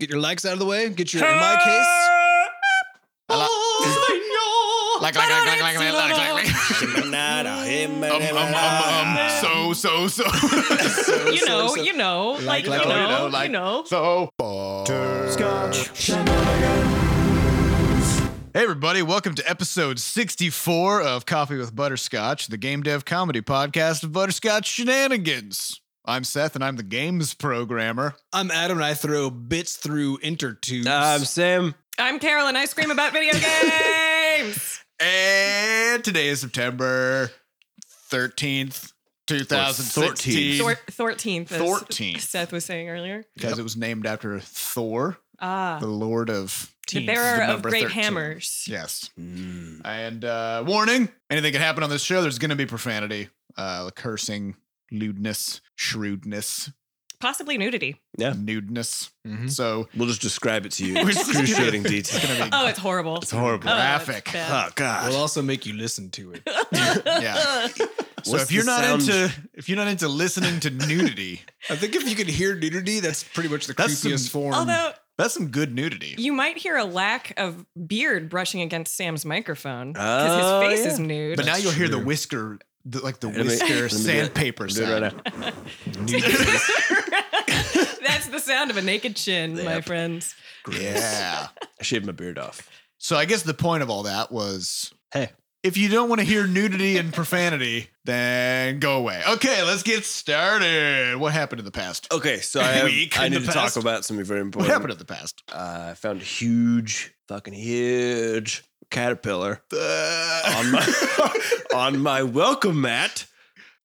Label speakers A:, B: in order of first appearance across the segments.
A: Get your likes out of the way. Get your, in my case,
B: Like, like, like, like, like, like, like, like, like.
C: Nada, him,
B: Um, um, um, um,
C: nada.
B: so, so, so.
D: you know, you know, like,
B: like, like,
D: you, know,
B: you know, like-
D: you know.
B: So, far.
C: Scotch shenanigans.
B: Hey, everybody, welcome to episode 64 of Coffee with Butterscotch, the game dev comedy podcast of Butterscotch Shenanigans. I'm Seth, and I'm the games programmer.
A: I'm Adam and I throw bits through intertubes.
C: I'm Sam.
D: I'm Carolyn. I scream about video games.
B: And today is September 13th, 2016.
D: Thor- Thirteenth. as
B: 14th.
D: Seth was saying earlier.
B: Because it was named after Thor,
D: Ah,
B: the Lord of.
D: the bearer
B: the
D: of
B: number
D: great
B: 13.
D: hammers.
B: Yes.
C: Mm.
B: And uh, warning anything can happen on this show. There's going to be profanity, uh, cursing, lewdness, shrewdness,
D: Possibly nudity.
B: nudeness.
C: Mm-hmm.
A: Mm-hmm.
B: So
C: We'll just describe it to you. in
B: We're just gonna-
C: Excruciating
B: it's
C: detail.
B: going to
D: Oh, it's horrible.
C: It's
B: be
C: horrible.
D: Oh, it's
B: graphic.
D: bad.
C: Oh
B: Ah.
A: We'll
C: God.
A: also make you listen to it.
B: yeah. So
C: What's
B: if you're
C: the
B: not
C: sound-
B: into if you're not into listening to nudity,
A: I think if you can hear nudity, that's pretty much the
B: That's
A: creepiest
B: some-
A: form.
D: Although
B: that's some good nudity.
D: you might hear a lack of beard brushing against Sam's microphone
C: Oh,
D: because his face
C: yeah.
D: is nude.
B: But now
A: That's
B: you'll hear the
A: true.
B: whisker, the, like the
C: Let me-
B: whisker
C: let me do it.
B: sandpaper
C: Do it
B: sound.
C: right now.
D: That's the sound of a naked chin, my
C: Yep.
D: friends.
B: Yeah.
C: I shaved my beard off.
B: So I guess the point of all that was
C: Hey.
B: if you don't want to hear nudity and profanity, then go away. Okay, let's get started. What happened in the past?
C: Okay, so I, have,
B: Week
C: I
B: in the
C: need to talk
B: past.
C: about something very important.
B: What happened in the past?
C: Uh, I found a huge, fucking huge caterpillar
B: Uh,
C: on my on my welcome mat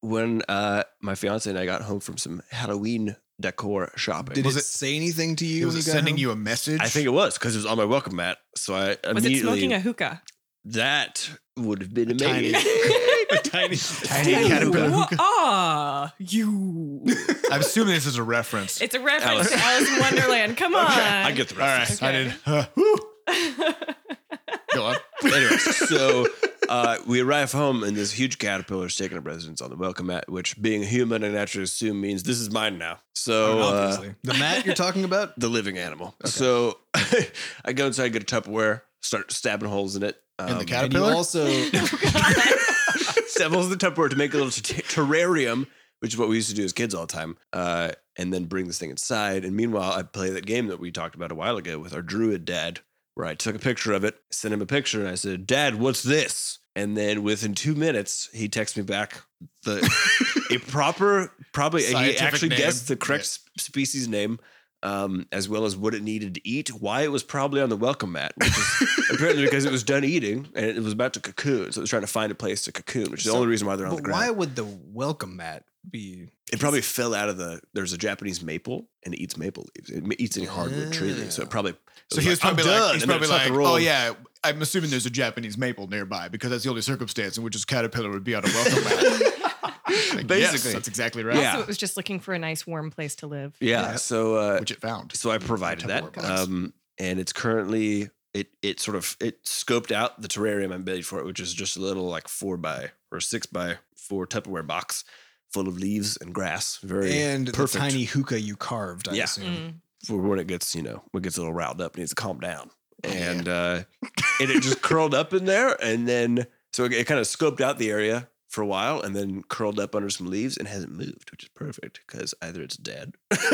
C: when uh, my fiance and I got home from some Halloween decor shopping.
A: Did it,
B: Was it-
A: say anything to you?
B: was
A: when
B: it
A: you got
B: sending
A: home?
B: you a message?
C: I think it was because it was on my welcome mat. So I
D: Was it
C: immediately
D: smoking a hookah?
C: that would have been
B: tiny-
C: amazing.
B: a tiny, tiny
C: Tiny
B: caterpillar.
D: Who are you?
B: I'm assuming this is a reference.
D: It's a reference
C: Alice.
D: to Alice in Wonderland. Come on.
C: I get the
B: All right,
C: reference.
B: I
D: Okay.
B: did. Uh, whew. go on.
C: Anyway, so uh, we arrive home and this huge caterpillar is taking up residence on the welcome mat, which being human, I naturally assume means this is mine now. So uh,
A: Obviously. the mat you're talking about?
C: the living animal. So I go inside, get a Tupperware, start stabbing holes in it. Um,
B: In the
A: And you
B: caterpillar.
A: also,
C: stab holes in the Tupperware to make a little t- terrarium, which is what we used to do as kids all the time. Uh, and then bring this thing inside. And meanwhile, I play that game that we talked about a while ago with our druid dad, where I took a picture of it, sent him a picture, and I said, "Dad, what's this?" And then within two minutes, he texts me back the a proper, probably
B: Scientific
C: he actually
B: name.
C: guessed the correct sp- species name, um, as well as what it needed to eat, why it was probably on the welcome mat, which is apparently because it was done eating and it was about to cocoon, so it was trying to find a place to cocoon, which is
A: So-
C: the only reason why they're on the
A: but why
C: ground.
A: would the welcome mat be?
C: It probably fell out of the. There's a Japanese maple and it eats maple leaves. It eats any hardwood tree leaves, so it probably. it
B: So he was
C: "I'm
B: probably like,
C: done,"
B: he's
C: and then it
B: probably
C: took
B: like,
C: the
B: oh
C: roll.
B: yeah, I'm assuming there's a Japanese maple nearby because that's the only circumstance in which this caterpillar would be on a welcome mat. Like, yes,
C: Basically.
B: that's exactly right.
C: Yeah.
D: Also, it was just looking for a nice, warm place to live.
C: yeah. So uh,
B: Which it found.
C: so I provided that,
B: Tupperware box.
C: um, and it's currently it it sort of it scoped out the terrarium I made for it, which is just a little like four by or six by four Tupperware box full of leaves and grass, very
A: And
C: perfect
A: the tiny hookah you carved, I
C: Yeah.
A: assume.
D: Mm.
C: for when it gets you know when it gets a little riled up, it needs to calm down, and uh, and it just curled up in there, and then so it, it kind of scoped out the area. For a while, and then curled up under some leaves and hasn't moved, which is perfect because either it's dead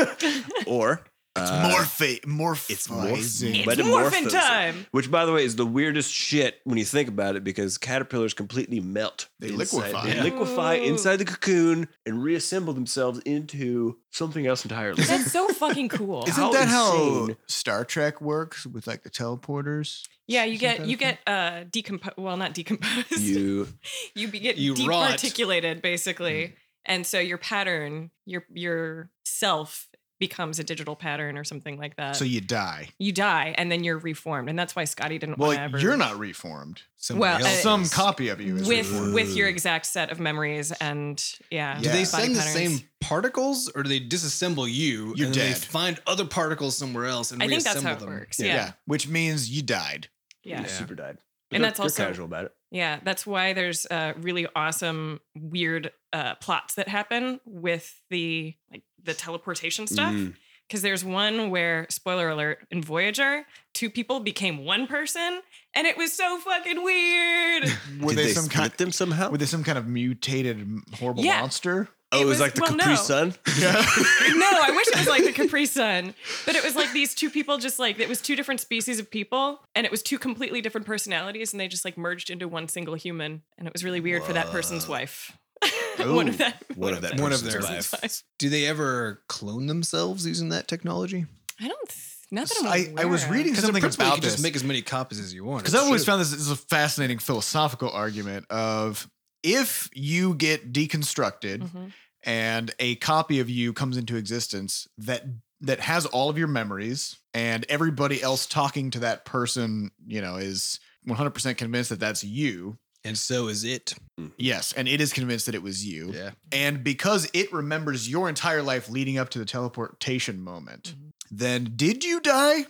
C: or
B: It's
C: uh,
B: morph- morph-
C: it's
B: morphing.
C: morphing.
D: It's
C: Metamorphosis.
D: morphin' time.
C: Which, by the way, is the weirdest shit when you think about it, because caterpillars completely melt.
B: They
C: inside-
B: liquefy.
C: They
B: Yeah.
C: liquefy
D: Ooh.
C: inside the cocoon and reassemble themselves into something else entirely.
D: That's so fucking cool.
C: Is it- How
B: Isn't that how
C: insane.
B: Star Trek works with like the teleporters?
D: yeah, you get
B: that
D: you get uh decomposed. Well, not decomposed. You,
C: you
D: be, get
A: You
D: deep
A: rot.
D: articulated basically, and so your pattern, your your self becomes a digital pattern or something like that.
B: so you die.
D: you die and then you're reformed, and that's why Scotty didn't.
B: Well,
D: want to ever
B: you're not reformed. Somebody
D: Well,
B: else-
D: uh,
B: some copy of you is
D: with
B: reformed.
D: with your exact set of memories and yeah.
A: Do
B: Yeah.
A: they
D: body
A: send the
D: patterns.
A: same particles, or do they disassemble you?
B: You're
A: and then
B: dead.
A: They find other particles somewhere else, and
D: I think that's
A: reassemble
D: how it
A: them.
D: works.
B: yeah.
D: Yeah.
B: which means you died.
D: Yeah.
C: you
D: Yeah.
C: super died. They're-
D: And that's
C: they're
D: also-
C: casual about it.
D: that's why there's uh, really awesome, weird uh, plots that happen with the like the teleportation stuff.
C: Mm.
D: because there's one where spoiler alert in Voyager, two people became one person, and it was so fucking weird.
B: Were
C: Did
B: they, some
C: split
B: kind?
C: them somehow?
B: Were they some kind of mutated m- horrible
D: Yeah.
B: monster?
C: oh, it was, like the
D: well,
C: Capri
D: no.
C: Sun.
B: Yeah.
D: no, I wish it was like the Capri Sun, but it was like these two people just like it was two different species of people, and it was two completely different personalities, and they just like merged into one single human, and it was really weird for that person's
C: Whoa.
D: wife. one
C: Ooh,
D: of that.
C: one of that
A: One of
C: person's
A: their
C: wife.
A: life. Do they ever clone themselves using that technology?
D: I don't. Th- not that I'm
B: I, I
D: aware
B: was
D: of.
B: reading
A: Because in
B: something
A: principle, you
B: about
A: can
B: this
A: just make as many copies as you want.
B: because
A: It's
B: I've always
A: true.
B: found this, this is a fascinating philosophical argument of if you get deconstructed
D: Mhm.
B: and a copy of you comes into existence that that has all of your memories and everybody else talking to that person, you know, is 100% convinced that that's you.
A: and so is it.
B: Yes, and it is convinced that it was you.
A: Yeah.
B: And because it remembers your entire life leading up to the teleportation moment,
D: Mm-hmm.
B: then did you die?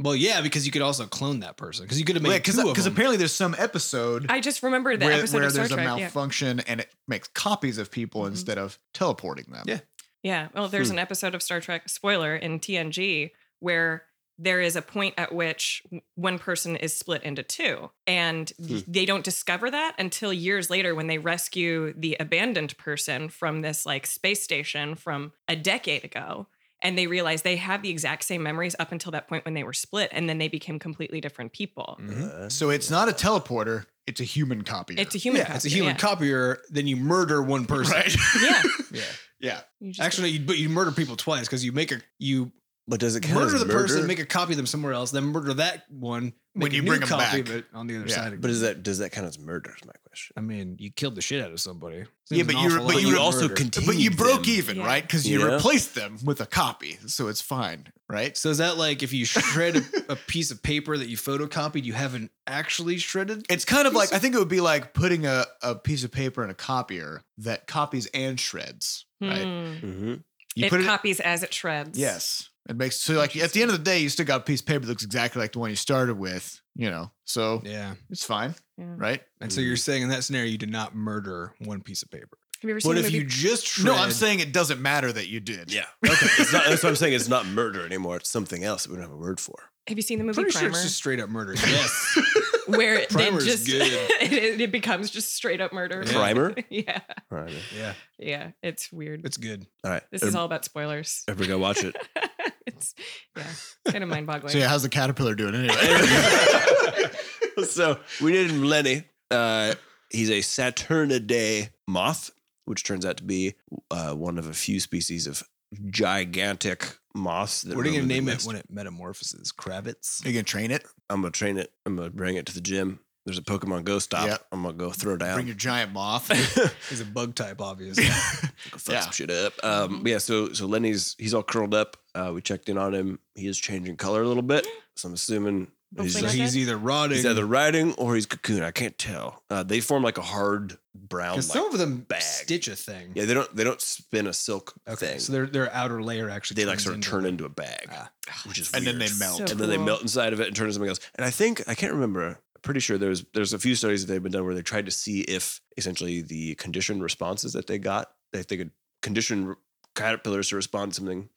A: Well, yeah, because you could also clone that person because you could have made two of
B: Because
A: them.
B: apparently there's some episode
D: I just remember the
B: where,
D: episode
B: where
D: of Star
B: there's
D: Trek.
B: a
D: yeah.
B: malfunction and it makes copies of people
D: Mhm.
B: instead of teleporting them.
A: Yeah.
D: Yeah. Well, there's
B: Hmm.
D: an episode of Star Trek spoiler in TNG where there is a point at which w- one person is split into two. And th-
B: Hmm.
D: they don't discover that until years later when they rescue the abandoned person from this like space station from a decade ago. And they realize they have the exact same memories up until that point when they were split. And then they became completely different people.
B: Hmm.
A: Mhm.
C: Uh,
B: So it's not a teleporter, it's a human copy.
D: It's a human.
A: yeah, it's a
D: copier,
A: human
D: yeah.
A: copier. Then you murder one person.
B: Right.
D: Yeah.
A: Yeah.
B: yeah.
D: You just-
A: Actually, you, but you murder people twice because you make a you
C: but does it count
A: murder
C: as
A: the
C: murder?
A: person, make a copy of them somewhere else, then murder that one.
B: When
A: make a
B: you
A: new
B: bring 'em
A: copy
B: back.
A: of it on the other
B: Yeah,
A: side.
C: but is that does that count as murder? Is my question.
A: I mean, you killed the shit out of somebody.
B: Yeah, but
A: an
B: you were-
A: awful
B: but
A: lot
B: you
A: like
B: were
C: also
A: murder.
C: con-
B: But you
C: Continued
B: broke
C: them.
B: even,
D: Yeah.
B: right? Because you
C: Yeah.
B: replaced them with a copy. So it's fine, right?
A: So is that like if you shred a, a piece of paper that you photocopied, you haven't actually shredded?
B: It's kind of like I think it would be like putting a, a piece of paper in a copier that copies and shreds, right?
D: Hmm.
C: Mm-hmm.
B: You
D: it
B: put it
D: copies as it shreds.
B: Yes. It makes so like at the end of the day, you still got a piece of paper that looks exactly like the one you started with, you know. So
A: Yeah.
B: it's fine,
D: Yeah.
B: right?
A: And so you're saying in that scenario, you did not murder one piece of paper.
D: Have you ever seen
A: But
D: the
A: if
D: movie
A: you just shred,
B: No, I'm saying it doesn't matter that you did.
C: Yeah. Okay. It's not, that's what I'm saying. It's not murder anymore. It's something else that we don't have a word for.
D: Have you seen the movie
A: pretty sure
D: Primer?
A: it's just straight up murder. Yes.
D: where it they
A: Primer's
D: just
A: good.
D: it, it becomes just straight up murder.
A: Yeah.
C: Primer?
D: yeah,
C: Primer.
A: yeah,
D: yeah, it's weird.
A: it's good.
C: All right.
D: this is all about spoilers.
C: Everybody go watch it.
D: it's yeah, kind of mind boggling.
B: So yeah, how's the caterpillar doing anyway?
C: so we named him Lenny. Uh, he's a Saturnidae moth, which turns out to be uh, one of a few species of gigantic moths. That
A: What are you gonna
C: roam the
A: name it
C: Midwest.
A: when it metamorphoses? Kravitz.
B: Are you gonna train it?
C: I'm gonna train it. I'm gonna bring it to the gym. There's a Pokemon Go stop.
B: Yep.
C: I'm gonna go throw down.
B: Bring your giant moth.
A: He's a bug type, obviously.
C: Go fuck
B: Yeah.
C: some shit up. Um, yeah. So so Lenny's he's all curled up. Uh, we checked in on him. He is changing color a little bit. So I'm assuming he's,
A: so
D: Hopefully not
A: he's
D: dead.
A: either rotting. Oh
C: he's either riding or he's cocoon. I can't tell. Uh, they form like a hard brown.
A: because
C: like-
A: some of them
C: bag.
A: stitch a thing.
C: yeah, they don't they don't spin a silk
A: Okay.
C: thing.
A: So their their outer layer actually
C: they like
A: turns
C: sort of
A: into-
C: turn into a bag,
A: Ah.
C: which is
B: and then
C: weird.
B: they melt.
D: So-
C: and then they
D: Cool.
C: melt inside of it and turn into something else. And I think I can't remember. I'm pretty sure there's there's a few studies that they've been done where they tried to see if essentially the conditioned responses that they got, that they could condition caterpillars to respond to something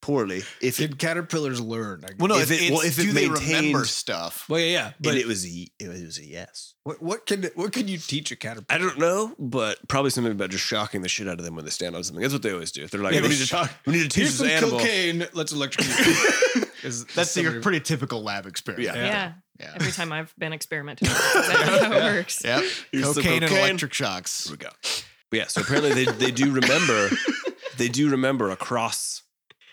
C: poorly. If it,
A: Did caterpillars learn? I
B: well, no,
C: If
B: if,
C: it-
B: it's,
C: well, if it
B: do they remember
C: maintains-
B: stuff?
A: well, yeah, yeah. But
C: and it was a, it was a yes.
A: what, what can what can you teach a
C: I
A: caterpillar?
C: don't know, but probably something about just shocking the shit out of them when they stand on something. That's what they always do. They're like,
A: Yeah,
C: we,
A: they
C: need to,
A: shock-
C: we need to teach
A: Here's
C: this
A: some
C: animal.
A: cocaine. Let's electrocute. you. Is- is
B: That's your
A: somebody-
B: pretty typical lab experiment.
C: Yeah.
D: yeah.
B: Yeah.
D: Every time I've been experimenting, that's exactly how it
B: Yeah.
D: works.
B: Yep.
C: Here's some
B: Cocaine and
C: cocaine.
B: electric shocks.
C: Here we go. But yeah, so apparently they, they do remember they do remember across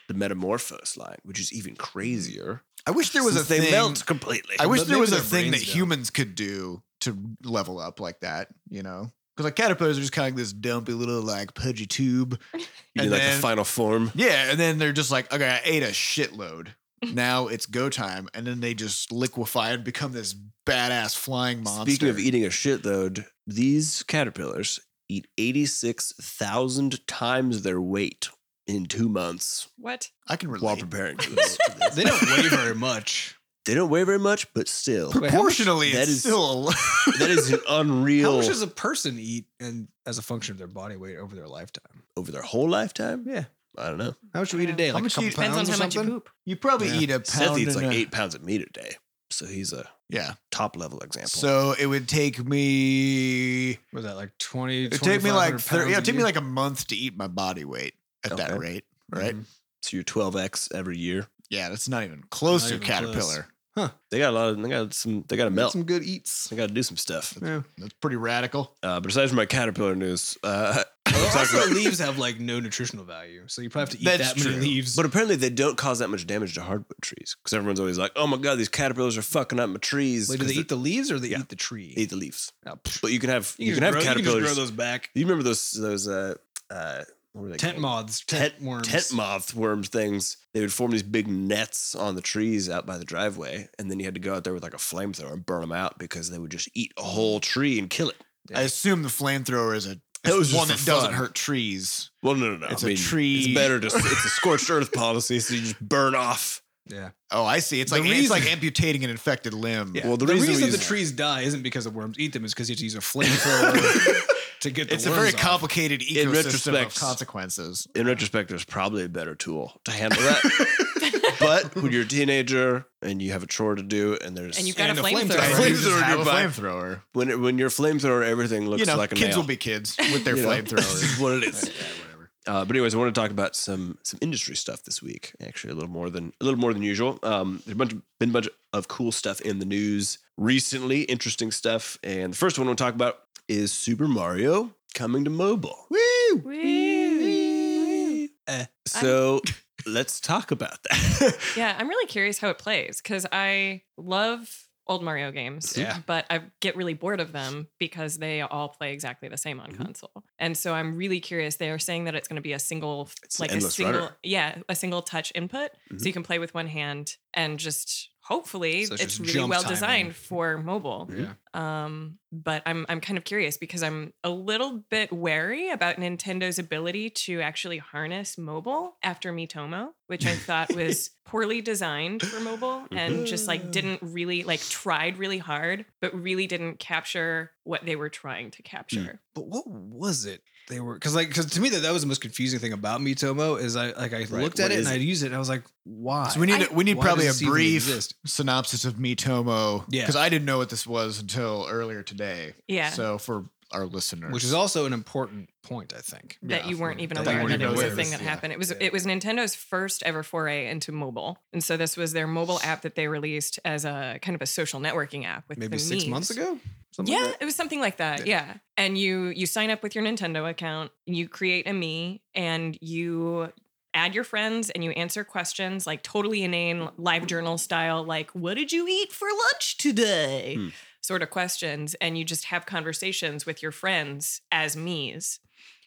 C: the metamorphose line, which is even crazier.
B: I wish there was a
C: since they
B: thing.
C: melt completely.
B: I wish
A: But
B: there was a
A: maybe their
B: thing that
A: brains don't.
B: humans could do to level up like that, you know? Because like caterpillars are just kind of like this dumpy little like pudgy tube.
C: you mean
B: and
C: like
B: then-
C: the final form.
B: Yeah, and then they're just like, okay, I ate a shitload. Now it's go time, and then they just liquefy and become this badass flying monster.
C: Speaking of eating a shitload, these caterpillars eat eighty six thousand times their weight in two months
D: What?
B: I can
C: while
B: relate.
C: preparing for this.
A: They don't weigh very much.
C: they don't weigh very much, but still,
A: Wait, how much-
B: Proportionally,
C: That
B: it's
C: is-
B: still a lot.
C: that is an
A: How
C: unreal
A: much does a person eat and as a function of their body weight over their lifetime?
C: over their whole lifetime.
A: Yeah.
C: I don't know.
A: How much you eat a day?
B: How
A: Like
B: much
A: a couple
B: you-
D: Depends on
A: pounds
D: how
A: or
D: much you
A: something?
D: poop.
B: You probably
A: Yeah.
B: eat a pound.
C: Seth eats
B: and
C: like
B: a-
C: eight pounds of meat a day, so he's a
B: Yeah.
C: top level example.
B: So it would take me.
A: What was that like 20?
B: It take me like thirty. Yeah, it take me like a month to eat my body weight at that
C: Okay.
B: rate.
A: Mm-hmm.
B: Right.
C: so you're 12x every year.
B: Yeah, that's not even close
A: Not
B: to
A: even
B: caterpillar.
A: close.
C: They got a lot of. They got some. They got to melt.
A: some good eats.
C: they got to do some stuff.
A: Yeah.
B: That's pretty radical.
C: Uh, but aside from my caterpillar news, uh, we'll talk
A: Also,
C: about-
A: leaves have like no nutritional value, so you probably have to eat
B: That's
A: that many
B: true.
A: leaves.
C: But apparently they don't cause that much damage to hardwood trees because everyone's always like, "Oh my god, these caterpillars are fucking up my trees."
A: Wait, do they
C: 'cause
A: eat the leaves or they
C: Yeah.
A: eat the tree?
C: they eat the leaves.
A: Oh, pfft.
C: But you can have you,
A: just
C: can have
A: grow-
C: caterpillars.
A: You can just grow those back.
C: You remember those those uh uh what were they
A: Tent
C: called?
A: moths,
C: Tent-
A: tent worms.
C: Tent moth worms things. They would form these big nets on the trees out by the driveway, and then you had to go out there with like a flamethrower and burn them out because they would just eat a whole tree and kill it.
A: Yeah.
B: I assume the flamethrower is a
C: That was
B: is one
C: just
B: that
C: for
B: doesn't
C: fun.
B: hurt trees.
C: Well, no, no, no.
B: It's
C: a
B: a tree-
C: It's better to. It's a scorched earth policy, so you just burn off.
A: Yeah.
B: Oh, I see. It's
A: The
B: like it's like
A: reason-
B: amputating an infected limb.
A: yeah.
C: Well,
A: Well,
C: the
A: the,
C: reason
A: reason,
C: we
A: the
C: use-
A: trees die isn't because the worms eat them; it's because you have to use a flamethrower to get the
B: It's a
A: worms
B: very
A: off.
B: complicated
C: In
B: ecosystem of
C: retrospect-
B: consequences.
C: in retrospect, there's probably a better tool to handle that. but when you're a teenager and you have a chore to do, and there's
D: And you've got
A: And
D: a
A: a
D: flamethrower.
A: flamethrower.
B: I
C: Flamethrower
B: think you just have a
C: nearby.
B: flamethrower.
C: when it, when your flamethrower, everything looks
B: You know,
C: like a
B: kids
C: nail.
B: will be kids with their
C: You know? This
B: flamethrowers.
C: is what it is.
B: Yeah, whatever.
C: Uh, but anyways, I want to talk about some some industry stuff this week. Actually, a little more than a little more than usual. Um, there's a bunch of, been a bunch of cool stuff in the news recently, interesting stuff. And the first one we'll talk about is Super Mario coming to mobile.
B: Woo!
D: Woo.
A: Eh.
C: So let's talk about that.
D: Yeah, I'm really curious how it plays because I love old Mario games,
A: Yeah.
D: but I get really bored of them because they all play exactly the same on
A: Mm-hmm.
C: Mhm.
D: console. And so I'm really curious. They are saying that it's going to be a single,
C: It's an
D: like a
C: endless
D: single,
C: runner.
D: yeah, a single touch input,
C: Mhm.
D: so you can play with one hand and just hopefully
A: Mm-hmm. So it's
D: it's
A: just
D: really
A: jump
D: well
A: timing.
D: designed for mobile.
A: Yeah.
D: Um, but I'm I'm kind of curious because I'm a little bit wary about Nintendo's ability to actually harness mobile after Mitomo, which I thought was poorly designed for mobile and just like didn't really like tried really hard, but really didn't capture what they were trying
A: Hmm.
D: to capture.
A: but what was it they were because like because to me that that was the most confusing thing about Mitomo is I like I looked at
C: What
A: it and
C: is
A: I
C: it?
A: used it and I was like why
B: So we need
D: I-
B: we need
A: Why
B: probably a
A: does this even
B: brief
A: exist?
B: synopsis of Mitomo
A: Yeah.
B: because I didn't know what this was until earlier today.
D: Yeah.
B: So for our listeners,
A: which is also an important point I think
D: that
B: Yeah,
D: you weren't even
A: that
B: you
D: aware
B: weren't
D: that it
B: even
D: was a
B: aware.
D: thing that
A: Yeah,
D: happened. It was
A: yeah.
D: it was Nintendo's first ever foray into mobile, and so this was their mobile app that they released as a kind of a social networking app with
A: maybe
D: the
A: six
D: memes.
A: months ago something
D: Yeah,
A: like that?
D: it was something like that. Yeah. And you you sign up with your Nintendo account, and you create a me, and you add your friends and you answer questions like totally inane live journal style like what did you eat for lunch today
C: Hmm.
D: sort of questions and you just have conversations with your friends as me's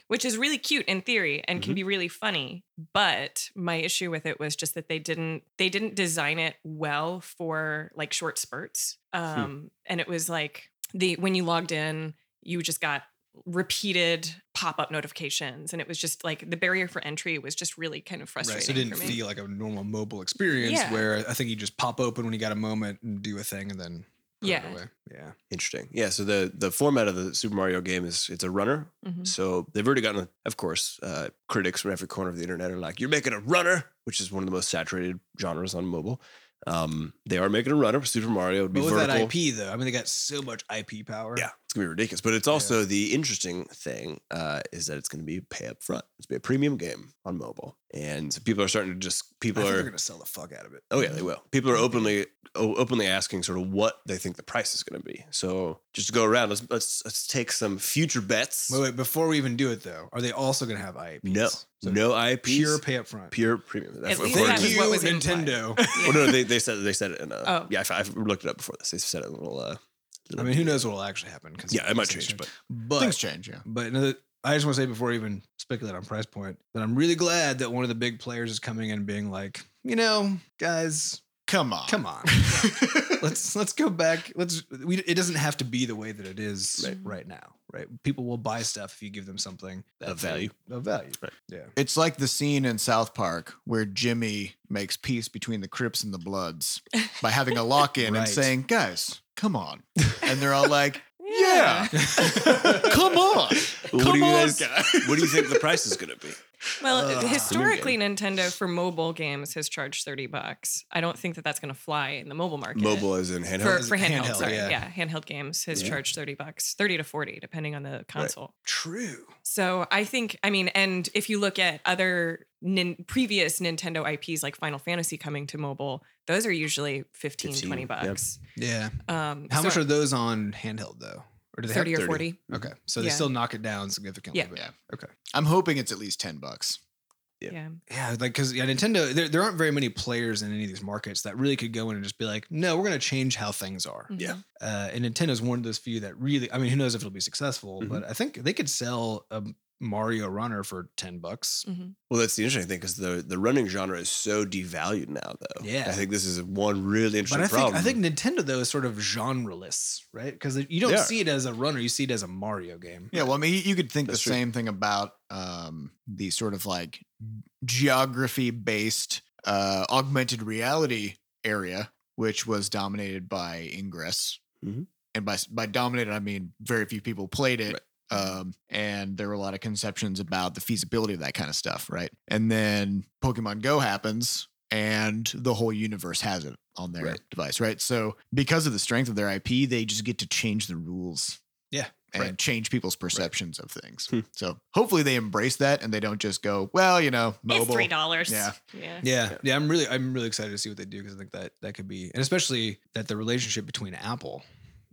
D: which is really cute in theory and
A: Mm-hmm.
D: can be really funny but my issue with it was just that they didn't they didn't design it well for like short spurts
A: Hmm.
D: um and it was like the when you logged in you just got repeated pop-up notifications and it was just like the barrier for entry was just really kind of frustrating
A: Right, so it didn't
D: for me.
A: feel like a normal mobile experience
D: Yeah.
A: where I think you just pop open when you got a moment and do a thing and then put it
D: Yeah.
A: away. yeah
C: Interesting. Yeah. So the the format of the Super Mario game is it's a runner.
D: Mhm.
C: Mm-hmm. So they've already gotten, of course, uh, critics from every corner of the internet are like, "You're making a runner," which is one of the most saturated genres on mobile. Um, they are making a runner. Super Mario would be
A: but with
C: vertical.
A: that IP though I mean they got so much IP power
C: Yeah, it's gonna be ridiculous. But it's also the interesting thing uh, is that it's gonna be pay up front. It's gonna be a premium game on mobile, and so people are starting to just
A: I
C: people
A: think
C: are
A: they're gonna sell the fuck out of it
C: Oh yeah, they will. People are openly o- openly asking sort of what they think the price is going to be. So just to go around, let's let's let's take some future bets.
A: wait, wait before we even do it though are they also gonna have IPs
C: No,
A: So
C: no IPs,
A: pure pay up front
C: pure premium.
D: At least
C: according
D: that
C: to-
D: was what was implied.
A: Nintendo
D: Yeah.
C: Well, no, they, they said they said it in a.
D: Oh.
C: Yeah, I, have looked it up before this. They said it in a little. Uh,
A: I mean, who knows what will actually happen? Cause
C: Yeah, it might
A: things
C: change, but
A: but
B: things change. Yeah.
A: but another, I just want to say before I even speculate on price point that I'm really glad that one of the big players is coming in and being like, you know, guys,
B: Come on.
A: come on, let's let's go back. Let's we it doesn't have to be the way that it is
D: Right.
A: right, now, right? People will buy stuff if you give them something
C: Of
A: that's
C: value.
A: Of value.
C: Right.
A: Yeah.
B: It's like the scene in South Park where Jimmy makes peace between the Crips and the Bloods by having a lock in and
A: Right.
B: saying, guys, come on. And they're all like,
D: Yeah.
B: yeah, come on.
C: What
B: come
C: do you
B: on,
C: guys-
B: guys.
C: what do you think the price is going to be?
D: Well,
A: Ugh.
D: historically, Nintendo for mobile games has charged thirty bucks. I don't think that that's going to fly in the mobile market.
C: Mobile is in
D: for,
C: handheld.
D: for handheld,
A: handheld,
D: sorry,
A: yeah.
D: yeah. handheld games has
C: Yeah.
D: charged thirty bucks, thirty to forty, depending on the console.
A: True.
D: So I think, I mean, and if you look at other nin- previous Nintendo IPs like Final Fantasy coming to mobile, those are usually 15,
C: 15,
D: 20
C: yep.
D: bucks.
A: Yeah.
D: Um,
A: How
D: so
A: much are those on handheld though? Or do they
D: 30
A: have
D: or
C: 30?
D: 40?
A: Okay. So they
D: Yeah.
A: still knock it down significantly.
D: Yeah.
A: but-
B: Yeah.
A: Okay.
B: I'm hoping it's at least 10 bucks.
C: Yeah.
D: Yeah.
A: Yeah, like because yeah, Nintendo, there, there aren't very many players in any of these markets that really could go in and just be like, no, we're going to change how things are.
D: Mhm.
C: Yeah.
A: Uh, and Nintendo's one of those few that really, I mean, who knows if it'll be successful, but I think they could sell a Mario Runner for 10 bucks.
D: Mhm.
C: Well, that's the interesting thing because the the running genre is so devalued now, though.
A: Yeah.
C: I think this is one really interesting
A: But I think,
C: problem.
A: I think Nintendo, though, is sort of genreless, right? Because you don't
C: They are.
A: see it as a runner, you see it as a Mario game.
B: Yeah, well, I mean, you- you could think
C: That's
B: the
C: true.
B: same thing about um, the sort of like geography based uh, augmented reality area, which was dominated by Ingress.
C: Mhm.
B: And by, s- by dominated, I mean very few people played it.
C: Right.
B: Um, and there were a lot of conceptions about the feasibility of that kind of stuff, right? And then Pokemon Go happens, and the whole universe has it on their
C: Right.
B: device, right? So because of the strength of their IP, they just get to change the rules.
A: Yeah,
B: And
A: right.
B: change people's perceptions of things.
C: Hmm.
B: So hopefully they embrace that and they don't just go, well, you know, mobile.
D: It's three dollars.
B: Yeah.
D: yeah.
A: Yeah,
C: Yeah.
A: yeah, I'm really, I'm really excited to see what they do because I think that that could be, and especially that the relationship between Apple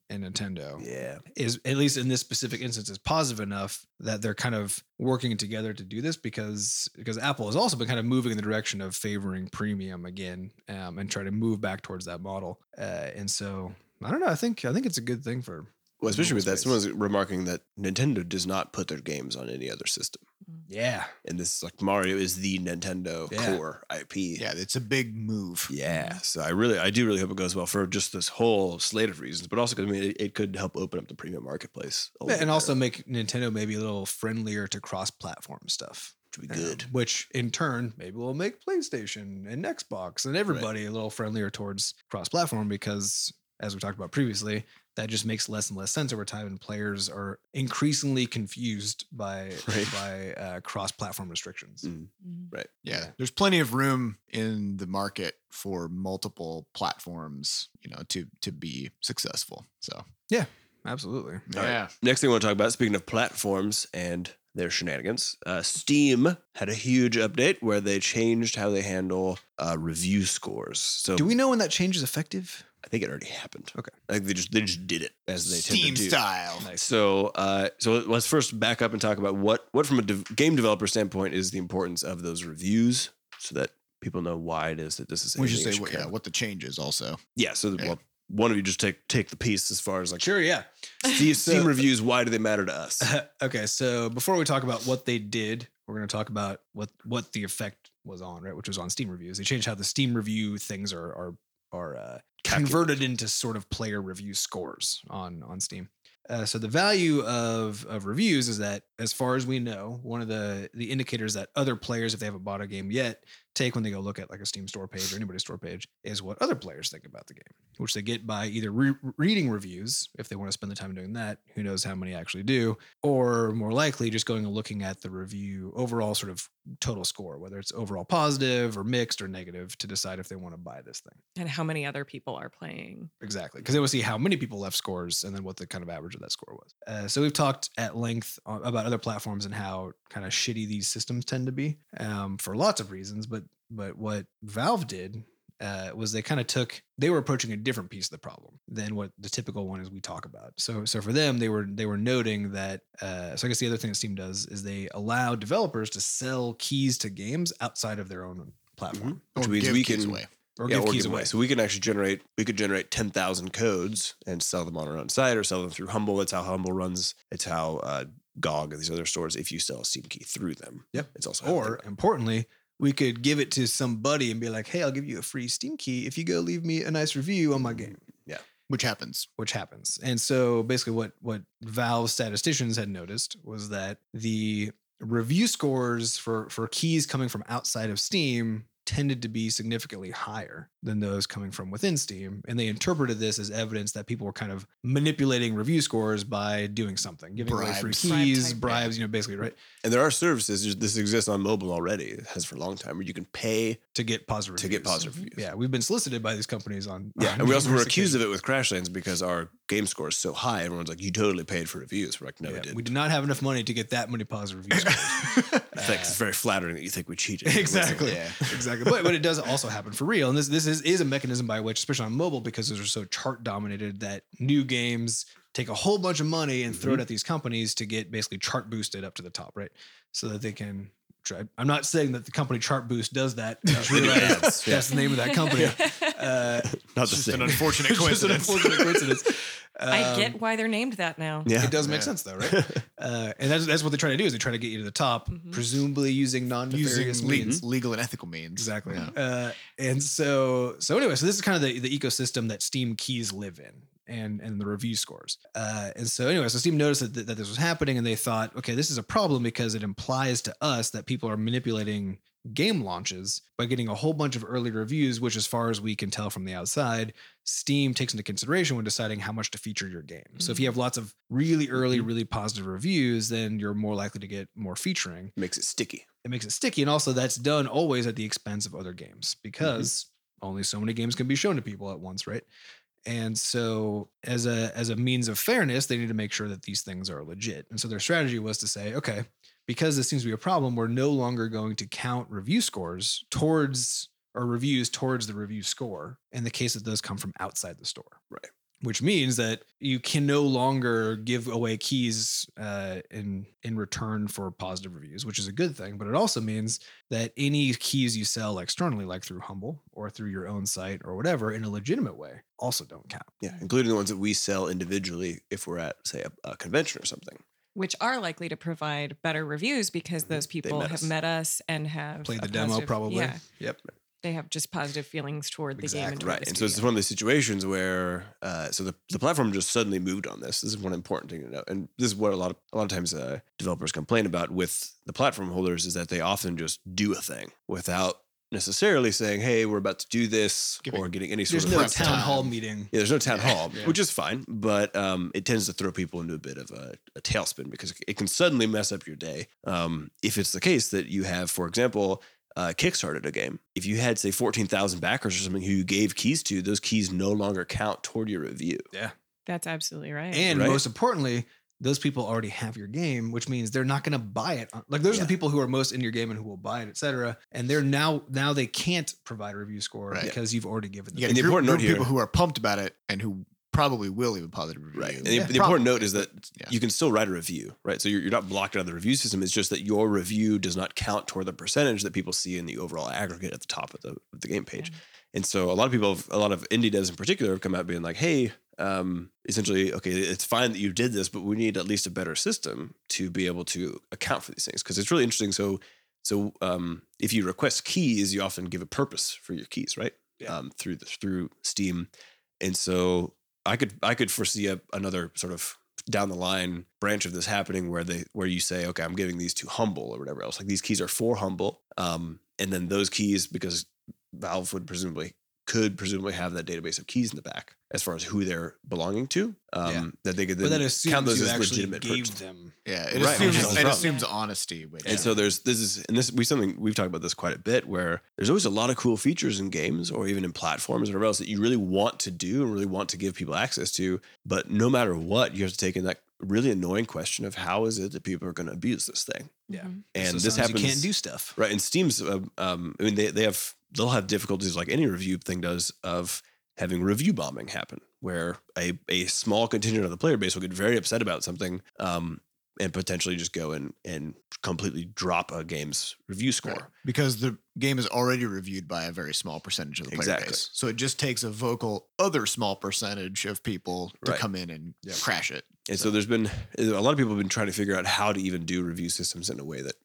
A: and Nintendo
C: Yeah.
A: is at least in this specific instance is positive enough that they're kind of working together to do this because because Apple has also been kind of moving in the direction of favoring premium again um, and trying to move back towards that model. Uh, and so I don't know. I think I think it's a good thing for
C: Well, especially with that,
A: Mobile space.
C: someone's remarking that Nintendo does not put their games on any other system,
A: yeah
C: and this like Mario is the Nintendo
A: Yeah.
C: core IP.
B: Yeah, it's a big move.
C: Yeah. So I really, I do really hope it goes well for just this whole slate of reasons, but also because I mean, it, it could help open up the premium marketplace, a little
A: and
C: bit
A: also make Nintendo maybe a little friendlier to cross-platform stuff.
C: better, which would be good.
A: Um, which in turn maybe will make PlayStation and Xbox and everybody a little friendlier towards cross platform because, as we talked about previously, that just makes less and less sense over time, and players are increasingly confused by
C: Right.
A: by uh, cross platform restrictions.
C: Mm.
D: Mhm.
B: Yeah.
A: Yeah.
B: There's plenty of room in the market for multiple platforms, you know, to to be successful. So
A: Absolutely.
C: right. Next thing I want to talk about, speaking of platforms and their shenanigans, uh, Steam had a huge update where they changed how they handle uh, review scores. So
A: Do we know when that change is effective?
C: I think it already happened.
A: Okay.
C: I think they just they just did it as they
B: Steam
C: tend to do.
B: style.
C: So, uh, so let's first back up and talk about what what from a dev- game developer standpoint is the importance of those reviews, so that people know why it is that this is.
B: We should
C: anything you
B: say what,
C: care
B: yeah,
C: about.
B: what the change is also.
C: Yeah. So,
B: Yeah.
C: well, one of you just take take the piece as far as like
A: Sure. Yeah.
C: Steam, Steam
A: So-
C: reviews. Why do they matter to us?
A: okay. So before we talk about what they did, we're going to talk about what what the effect was on, right? Which was on Steam reviews. They changed how the Steam review things are are are uh, converted into sort of player review scores on on Steam. Uh, so the value of of reviews is that, as far as we know, one of the the indicators that other players, if they haven't bought a game yet, take when they go look at like a Steam store page or anybody's store page, is what other players think about the game, which they get by either re- reading reviews if they want to spend the time doing that. Who knows how many actually do, or more likely just going and looking at the review overall sort of total score, whether it's overall positive or mixed or negative, to decide if they want to buy this thing.
D: And how many other people are playing?
A: Exactly, because they will see how many people left scores and then what the kind of average of that score was. Uh, so we've talked at length a- about other platforms and how kind of shitty these systems tend to be um, for lots of reasons. But but what Valve did uh, was they kind of took they were approaching a different piece of the problem than what the typical one is we talk about. So so for them they were they were noting that uh, so I guess the other thing that Steam does is they allow developers to sell keys to games outside of their own platform
C: Which
B: Or
C: means
B: give
C: we
B: keys
C: can-
B: away.
A: or
C: Mm-hmm. yeah,
A: give
C: or
A: keys
C: give
A: away.
C: So we can actually generate, we could generate 10,000 codes and sell them on our own site or sell them through Humble. That's how Humble runs. It's how uh, GOG and these other stores, if you sell a Steam key through them.
A: Yep.
C: It's also, how they
A: Or
C: run.
A: importantly, we could give it to somebody and be like, hey, I'll give you a free Steam key if you go leave me a nice review on my game,
C: Mm.
B: Which happens.
A: which happens. And so basically what what Valve statisticians had noticed was that the review scores for for keys coming from outside of Steam tended to be significantly higher than those coming from within Steam. And they interpreted this as evidence that people were kind of manipulating review scores by doing something, giving away free
B: Bribes.
D: Bribe
A: keys,
D: type, yeah.
A: bribes, you know, basically, right?
C: And there are services this exists on mobile already. It has for a long time where you can pay.
A: To get positive
C: To get
A: reviews.
C: positive reviews.
A: Yeah, we've been solicited by these companies on.
C: Yeah,
A: on
C: and we also were
A: numerous occasions.
C: accused of it with Crashlands because our game score is so high. Everyone's like, "You totally paid for reviews." We're like, "No,
A: Yeah,
C: we didn't."
A: we did not have enough money to get that many positive reviews.
C: In fact, it's very flattering that you think we cheated.
A: Uh, Exactly.
C: Yeah.
A: exactly. But, but it does also happen for real. And this this is, is a mechanism by which, especially on mobile, because those are so chart dominated, that new games take a whole bunch of money and
C: Mm-hmm.
A: throw it at these companies to get basically chart boosted up to the top, right? So that they can try. I'm not saying that the company Chart Boost does that. I just
C: they do
A: realized
C: ads, yeah.
A: That's the name of that company. Uh,
C: Not the
B: It's just an
C: same.
B: unfortunate
A: it's just an
B: coincidence.
A: unfortunate coincidence.
D: I
A: Um,
D: get why they're named that now.
C: yeah.
A: It does make
B: Yeah.
A: sense though, right? uh, and that's, that's what they try to do is they try to get you to the top,
D: Mhm.
A: presumably using
B: Using
A: non-nefarious
B: le-
A: means.
B: legal and ethical means.
A: Exactly.
B: Yeah.
A: Uh, and so, so anyway, so this is kind of the, the ecosystem that Steam keys live in and, and the review scores. Uh, and so anyway, so Steam noticed that, that this was happening and they thought, okay, this is a problem because it implies to us that people are manipulating game launches by getting a whole bunch of early reviews, which as far as we can tell from the outside, Steam takes into consideration when deciding how much to feature your game. So if you have lots of really early, really positive reviews, then you're more likely to get more featuring
C: Makes it sticky.
A: it makes it sticky and also that's done always at the expense of other games because only so many games can be shown to people at once right and so as a as a means of fairness they need to make sure that these things are legit and so their strategy was to say okay because this seems to be a problem we're no longer going to count review scores towards or reviews towards the review score in the case that those come from outside the store
C: Right.
A: which means that you can no longer give away keys uh, in in return for positive reviews, which is a good thing. But it also means that any keys you sell externally, like through Humble or through your own site or whatever, in a legitimate way, also don't count.
C: Yeah, including the ones that we sell individually if we're at, say, a, a convention or something.
D: Which are likely to provide better reviews because those people
C: met
D: have
C: us.
D: met us and have
A: Play
D: a
A: the demo,
D: positive-
A: probably.
D: Yeah,
A: Yep.
D: they have just positive feelings toward the game. And
A: Exactly.
D: toward
C: Right.
D: the
C: And so it's
D: studio.
C: one of those situations where uh, so the, the platform just suddenly moved on this. This is one important thing to know. And this is what a lot of a lot of times uh, developers complain about with the platform holders is that they often just do a thing without necessarily saying, Hey, we're about to do this
B: Giving-
C: or getting any sort
A: There's
C: of
A: no
C: prep
A: town
C: time.
A: hall meeting.
C: Yeah, there's no town hall,
A: Yeah.
C: which is fine, but um, it tends to throw people into a bit of a, a tailspin because it can suddenly mess up your day. Um, if it's the case that you have, for example, uh, kickstarted a game, if you had say 14,000 backers or something who you gave keys to, those keys no longer count toward your review.
D: That's absolutely right.
A: And
C: Right.
A: most importantly, those people already have your game, which means they're not going to buy it. Like those are
C: Yeah.
A: the people who are most in your game and who will buy it, et cetera. And they're now now they can't provide a review score
B: Right.
A: because you've already given them.
B: You got
C: And the
B: a group,
C: important
B: group
C: note
B: of people
C: here-
B: who are pumped about it and who probably will leave a positive review.
C: Right. And
A: Yeah,
C: the, the important note
B: probably,
C: is that
B: yeah.
C: you can still write a review, right? So you're, you're not blocked out of the review system. It's just that your review does not count toward the percentage that people see in the overall aggregate at the top of the, of the game page.
D: Yeah.
C: And so a lot of people, have, a lot of indie devs in particular, have come out being like, hey, um, essentially, okay, it's fine that you did this, but we need at least a better system to be able to account for these things. Cause it's really interesting. So, so um, if you request keys, you often give a purpose for your keys, right?
A: Yeah.
C: Um, through the, through Steam. And so I could I could foresee a, another sort of down the line branch of this happening where they where you say okay I'm giving these to humble or whatever else like these keys are for humble um and then those keys because Valve would presumably could presumably have that database of keys in the back as far as who they're belonging to um
A: Yeah.
C: that they could
A: But
C: then
A: that assumes
C: count those
A: you
C: as
A: actually
C: legitimate
A: gave
C: purchases.
A: them
B: Yeah. It,
C: Right,
B: assumes,
A: which is
B: it
A: wrong.
B: assumes honesty. Which,
C: And so there's this is and this we something we've talked about this quite a bit where there's always a lot of cool features in games or even in platforms or whatever else that you really want to do and really want to give people access to, but no matter what, you have to take in that really annoying question of how is it that people are going to abuse this thing?
A: Yeah.
D: Mhm.
C: And
A: So
C: this
A: sometimes
C: happens
A: You can't do stuff.
C: right. And Steam's, um, um, I mean, they they have they'll have difficulties like any review thing does of having review bombing happen, where a a small contingent of the player base will get very upset about something, um, and potentially just go and and completely drop a game's review score.
B: Right. because the game is already reviewed by a very small percentage of the player
C: Exactly.
B: base. So it just takes a vocal other small percentage of people to
C: Right.
B: come in and
A: Yeah.
B: crash it.
C: And so, there's been a lot of people have been trying to figure out how to even do review systems in a way that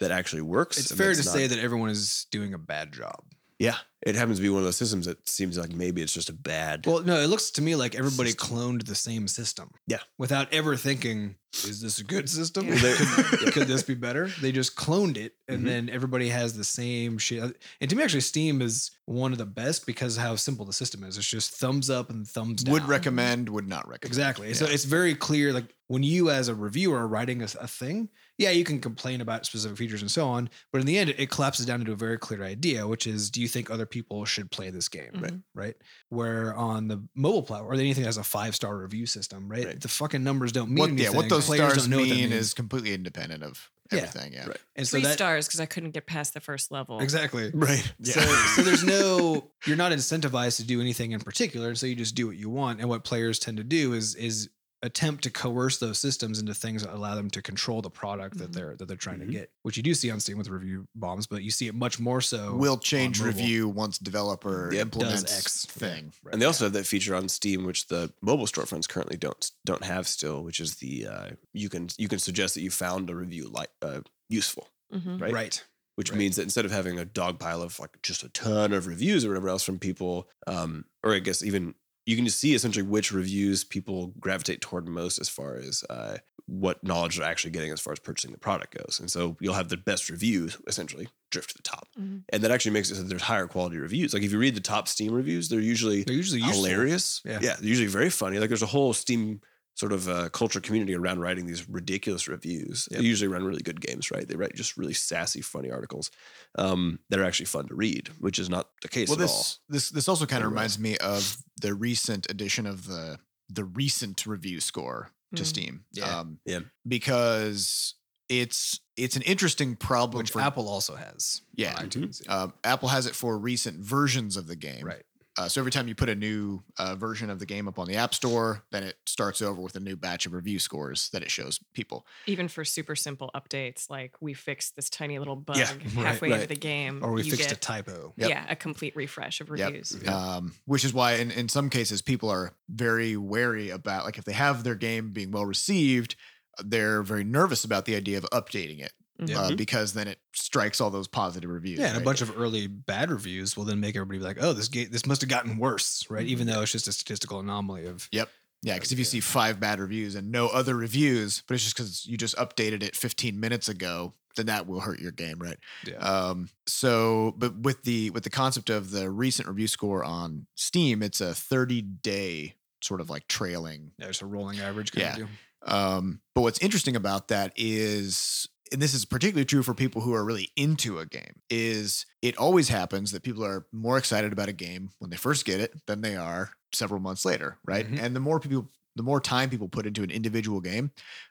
C: that actually works.
A: It's
C: and
A: fair to
C: that's not-
A: say that everyone is doing a bad job.
B: Yeah.
C: It happens to be one of those systems that seems like maybe it's just a bad.
A: Well, no, it looks to me like everybody
C: System.
A: cloned the same system.
C: Yeah.
A: Without ever thinking, is this a good system?
D: Yeah. Well,
A: Could- Could this be better? They just cloned it and
C: Mhm.
A: then everybody has the same shit. And to me, actually, Steam is one of the best because of how simple the system is. It's just thumbs up and thumbs down.
B: Would recommend, would not recommend.
A: Exactly. So
B: Yeah.
A: it's very clear, like when you as a reviewer are writing a, a thing, yeah, you can complain about specific features and so on, but in the end, it, it collapses down into a very clear idea, which is, do you think other people should play this game,
B: Mm-hmm.
D: Mm-hmm.
A: right? Right. Where on the mobile platform or anything that has a five star review system, right,
C: Right.
A: The fucking numbers don't mean
B: What, yeah,
A: anything.
B: what those
A: Players
B: stars
A: don't know what that
B: mean
A: means.
B: is completely independent of
A: Yeah.
B: everything. Yeah.
C: Right.
A: and so
D: Three
A: that
D: stars because I couldn't get past the first level.
A: exactly.
C: Right.
A: So, so there's no you're not incentivized to do anything in particular, and so you just do what you want. And what players tend to do is is attempt to coerce those systems into things that allow them to control the product that
D: Mhm.
A: they're that they're trying
C: Mhm.
A: to get. Which you do see on Steam with review bombs, but you see it much more so.
B: Will change
A: on mobile.
B: review once developer
C: Yeah,
B: implements
A: does X.
B: thing.
A: Right.
C: And they also have that feature on Steam, which the mobile storefronts currently don't don't have still, which is the uh, you can you can suggest that you found a review like uh, useful,
D: Mhm.
C: right?
A: right.
C: Which
A: Right.
C: means that instead of having a dog pile of like just a ton of reviews or whatever else from people, um, or I guess even you can just see essentially which reviews people gravitate toward most as far as uh, what knowledge they're actually getting as far as purchasing the product goes. And so you'll have the best reviews essentially drift to the top,
D: Mhm.
C: and that actually makes it so that there's higher quality reviews. Like if you read the top Steam reviews, they're usually
A: They're usually useful.
C: hilarious.
A: Yeah.
C: yeah, they're usually very funny. Like there's a whole Steam sort of uh, culture community around writing these ridiculous reviews.
A: Yep.
C: They usually run really good games, right? They write just really sassy, funny articles um, that are actually fun to read, which is not the case
B: Well,
C: at
B: this this this also kind
C: Very
B: of
C: well.
B: reminds me of the recent edition of the the recent review score to
D: Mm.
B: Steam.
A: Yeah.
B: Um,
C: Yeah.
B: Because it's it's an interesting problem
A: Which
B: for
A: Apple also has.
B: Yeah.
A: on iTunes.
B: Um, Apple has it for recent versions of the game.
A: Right.
B: Uh, so every time you put a new uh, version of the game up on the App Store, then it starts over with a new batch of review scores that it shows people.
D: Even for super simple updates, like we fixed this tiny little bug
C: Yeah,
A: right,
D: halfway
C: right.
D: into the game.
A: Or we
D: you
A: fixed
D: get,
A: a typo.
B: Yep.
D: Yeah, a complete refresh of
B: Yep.
D: reviews.
C: Yeah.
B: Um, which is why in, in some cases people are very wary about like if they have their game being well received, they're very nervous about the idea of updating it
D: Mhm.
B: uh,
C: Mhm.
B: because then it strikes all those positive reviews.
A: Mm-hmm. Yeah, and
B: right?
A: a bunch of early bad reviews will then make everybody be like, "Oh, this ga- this must have gotten worse," right? Even though it's just a statistical anomaly of
B: Yeah, because if you
A: Yeah.
B: see five bad reviews and no other reviews, but it's just because you just updated it 15 minutes ago, then that will hurt your game, right?
A: Yeah.
B: Um, so, but with the with the concept of the recent review score on Steam, it's a 30 day sort of like trailing.
A: yeah, just a rolling average kind
B: Yeah.
A: of deal.
B: Um, but what's interesting about that is, and this is particularly true for people who are really into a game, is it always happens that people are more excited about a game when they first get it than they are several months later, right?
A: Mhm.
B: And the more people the more time people put into an individual game,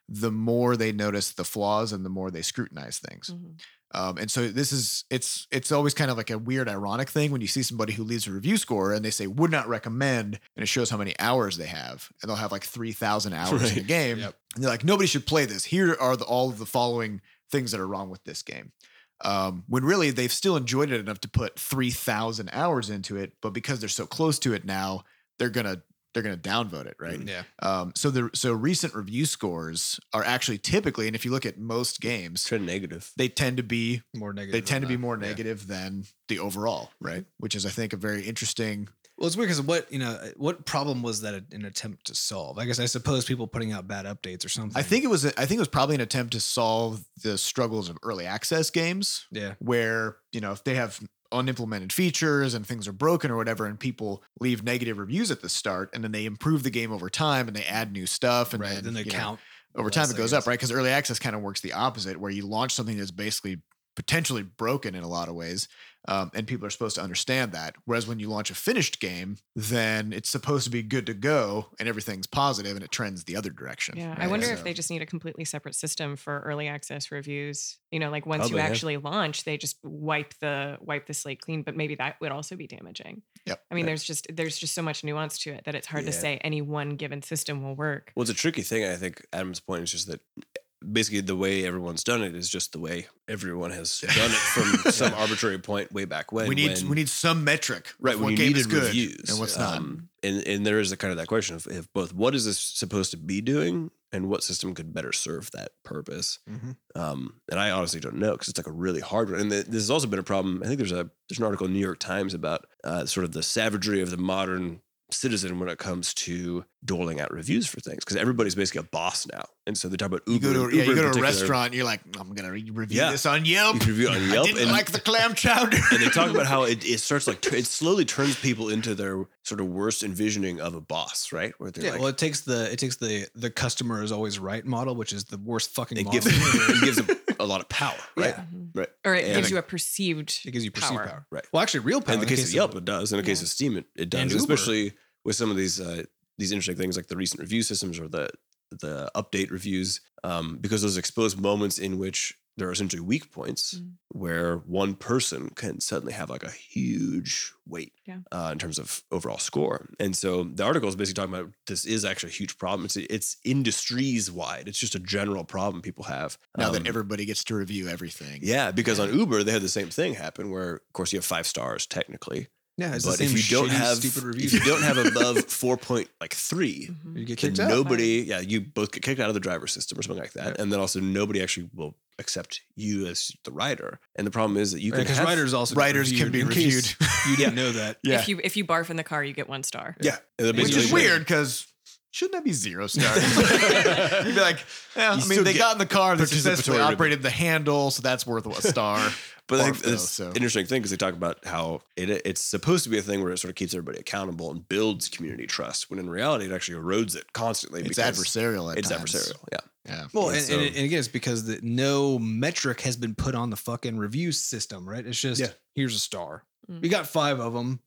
B: the more they notice the flaws and the more they scrutinize things.
D: Mhm.
B: Um, and so this is it's it's always kind of like a weird ironic thing when you see somebody who leaves a review score and they say would not recommend and it shows how many hours they have and they'll have like 3000 hours in the
C: Right.
B: game
A: Yep.
B: and they're like nobody should play this here are the, all of the following things that are wrong with this game um, when really they've still enjoyed it enough to put 3000 hours into it but because they're so close to it now they're gonna they're gonna downvote it right
A: Yeah.
B: um, so the so recent review scores are actually typically and if you look at most games
C: Trend negative.
B: they tend to be
A: more negative.
B: they tend to
A: than
B: be
A: that.
B: more
A: Yeah.
B: negative than the overall, right? Which is, I think, a very interesting.
A: Well, it's weird because what you know, what problem was that an attempt to solve? I guess I suppose people putting out bad updates or something.
B: I think it was. I think it was probably an attempt to solve the struggles of early access games,
A: yeah,
B: where you know if they have unimplemented features and things are broken or whatever, and people leave negative reviews at the start, and then they improve the game over time and they add new stuff, and
A: right. Then, they
B: you know,
A: count
B: over
A: less,
B: time it
A: I
B: goes up,
A: guess.
B: right? Because early access kind of works the opposite, where you launch something that's basically potentially broken in a lot of ways, um, and people are supposed to understand that. Whereas when you launch a finished game, then it's supposed to be good to go, and everything's positive, and it trends the other direction.
D: Yeah, I
B: right?
D: wonder
B: So-
D: if they just need a completely separate system for early access reviews. You know, like once
C: Probably,
D: you
C: yeah.
D: actually launch, they just wipe the wipe the slate clean. But maybe that would also be damaging.
B: Yep.
D: I mean,
C: Yeah.
D: there's just there's just so much nuance to it that it's hard to
C: Yeah.
D: say any one given system will work.
C: Well, it's a tricky thing. I think Adam's point is just that basically the way everyone's done it is just the way everyone has done it from some arbitrary point way back when.
B: we need
C: when-
B: we need some metric, of
C: right when
B: what
C: you
B: game is
C: needed
B: good
C: reviews
B: and what's not.
C: Um, and and there is a kind of that question of if both what is this supposed to be doing and what system could better serve that purpose.
B: Mm-hmm.
A: Mhm.
C: Um, and I honestly don't know because it's like a really hard one. And th- this has also been a problem. I think there's a there's an article in the New York Times about uh, sort of the savagery of the modern citizen when it comes to doling out reviews for things because everybody's basically a boss now. And so they talk about
B: You
C: Uber.
B: go to,
C: Uber
B: yeah, you
C: in
B: go to a
C: particular.
B: restaurant, you're like, I'm gonna re- review
C: Yeah.
B: this on
C: You
B: Yelp.
C: can review it on Yelp
B: I didn't
C: and-
B: like the clam chowder.
C: and they talk about how it, it starts like it slowly turns people into their sort of worst envisioning of a boss, right? Where they're
A: Yeah,
C: like,
A: well, it takes the it takes the the customer is always right model, which is the worst fucking
C: it
A: model.
C: gives it gives them a lot of power, right?
A: Yeah.
C: Right.
D: Or it
C: And
D: gives
C: it-
D: you a perceived.
A: it gives you perceived
D: Power.
A: power.
C: Right.
A: Well, actually, real power
C: in the case, of Yelp, it does. In the case
D: Yeah.
C: of Steam, it, it does.
A: And Uber.
C: Especially with some of these uh, these interesting things like the recent review systems or the the update reviews, um, because those expose moments in which there are essentially weak points
D: Mm.
C: where one person can suddenly have like a huge weight
D: Yeah.
C: uh, in terms of overall score. And so the article is basically talking about this is actually a huge problem. It's it's industries wide. It's just a general problem people have
B: now that
C: Um,
B: everybody gets to review everything.
C: Yeah, because on Uber they had the same thing happen where, of course, you have five stars technically,
A: yeah, it's
C: but
A: the same
C: if you don't
A: shitty,
C: have
A: stupid review,
C: if you don't have above four point like three,
A: you
D: Mhm.
A: get
C: then
A: kicked out.
C: nobody, yeah, you both get kicked out of the driver's system or something like that, and then also nobody actually will accept you as the rider. And the problem is that you can
A: Because
C: have-
A: writers also get
B: Writers can
A: reviewed,
B: be
A: in case
B: reviewed.
A: You didn't know that.
D: If you if you barf in the car, you get one star.
C: yeah, and they're
B: Which
C: basically
B: is
C: like-
B: weird because shouldn't that be zero stars? You'd be like, yeah, I
C: still
B: mean, they
C: get
B: got in the car, they
C: participatory
B: successfully
C: review.
B: operated the handle, so that's worth a star.
C: But I think
B: barf, though,
C: it's
B: so.
C: an interesting thing because they talk about how it, it's supposed to be a thing where it sort of keeps everybody accountable and builds community trust, when in reality it actually erodes it constantly.
B: it's
C: because
B: adversarial. At
C: It's
B: times.
C: adversarial. Yeah.
B: Yeah.
A: Well,
C: And
A: and,
C: so-
A: and, and again, it's because the, no metric has been put on the fucking review system, right? It's just
C: Yeah.
A: here's a star.
D: Mm.
A: We got five of them.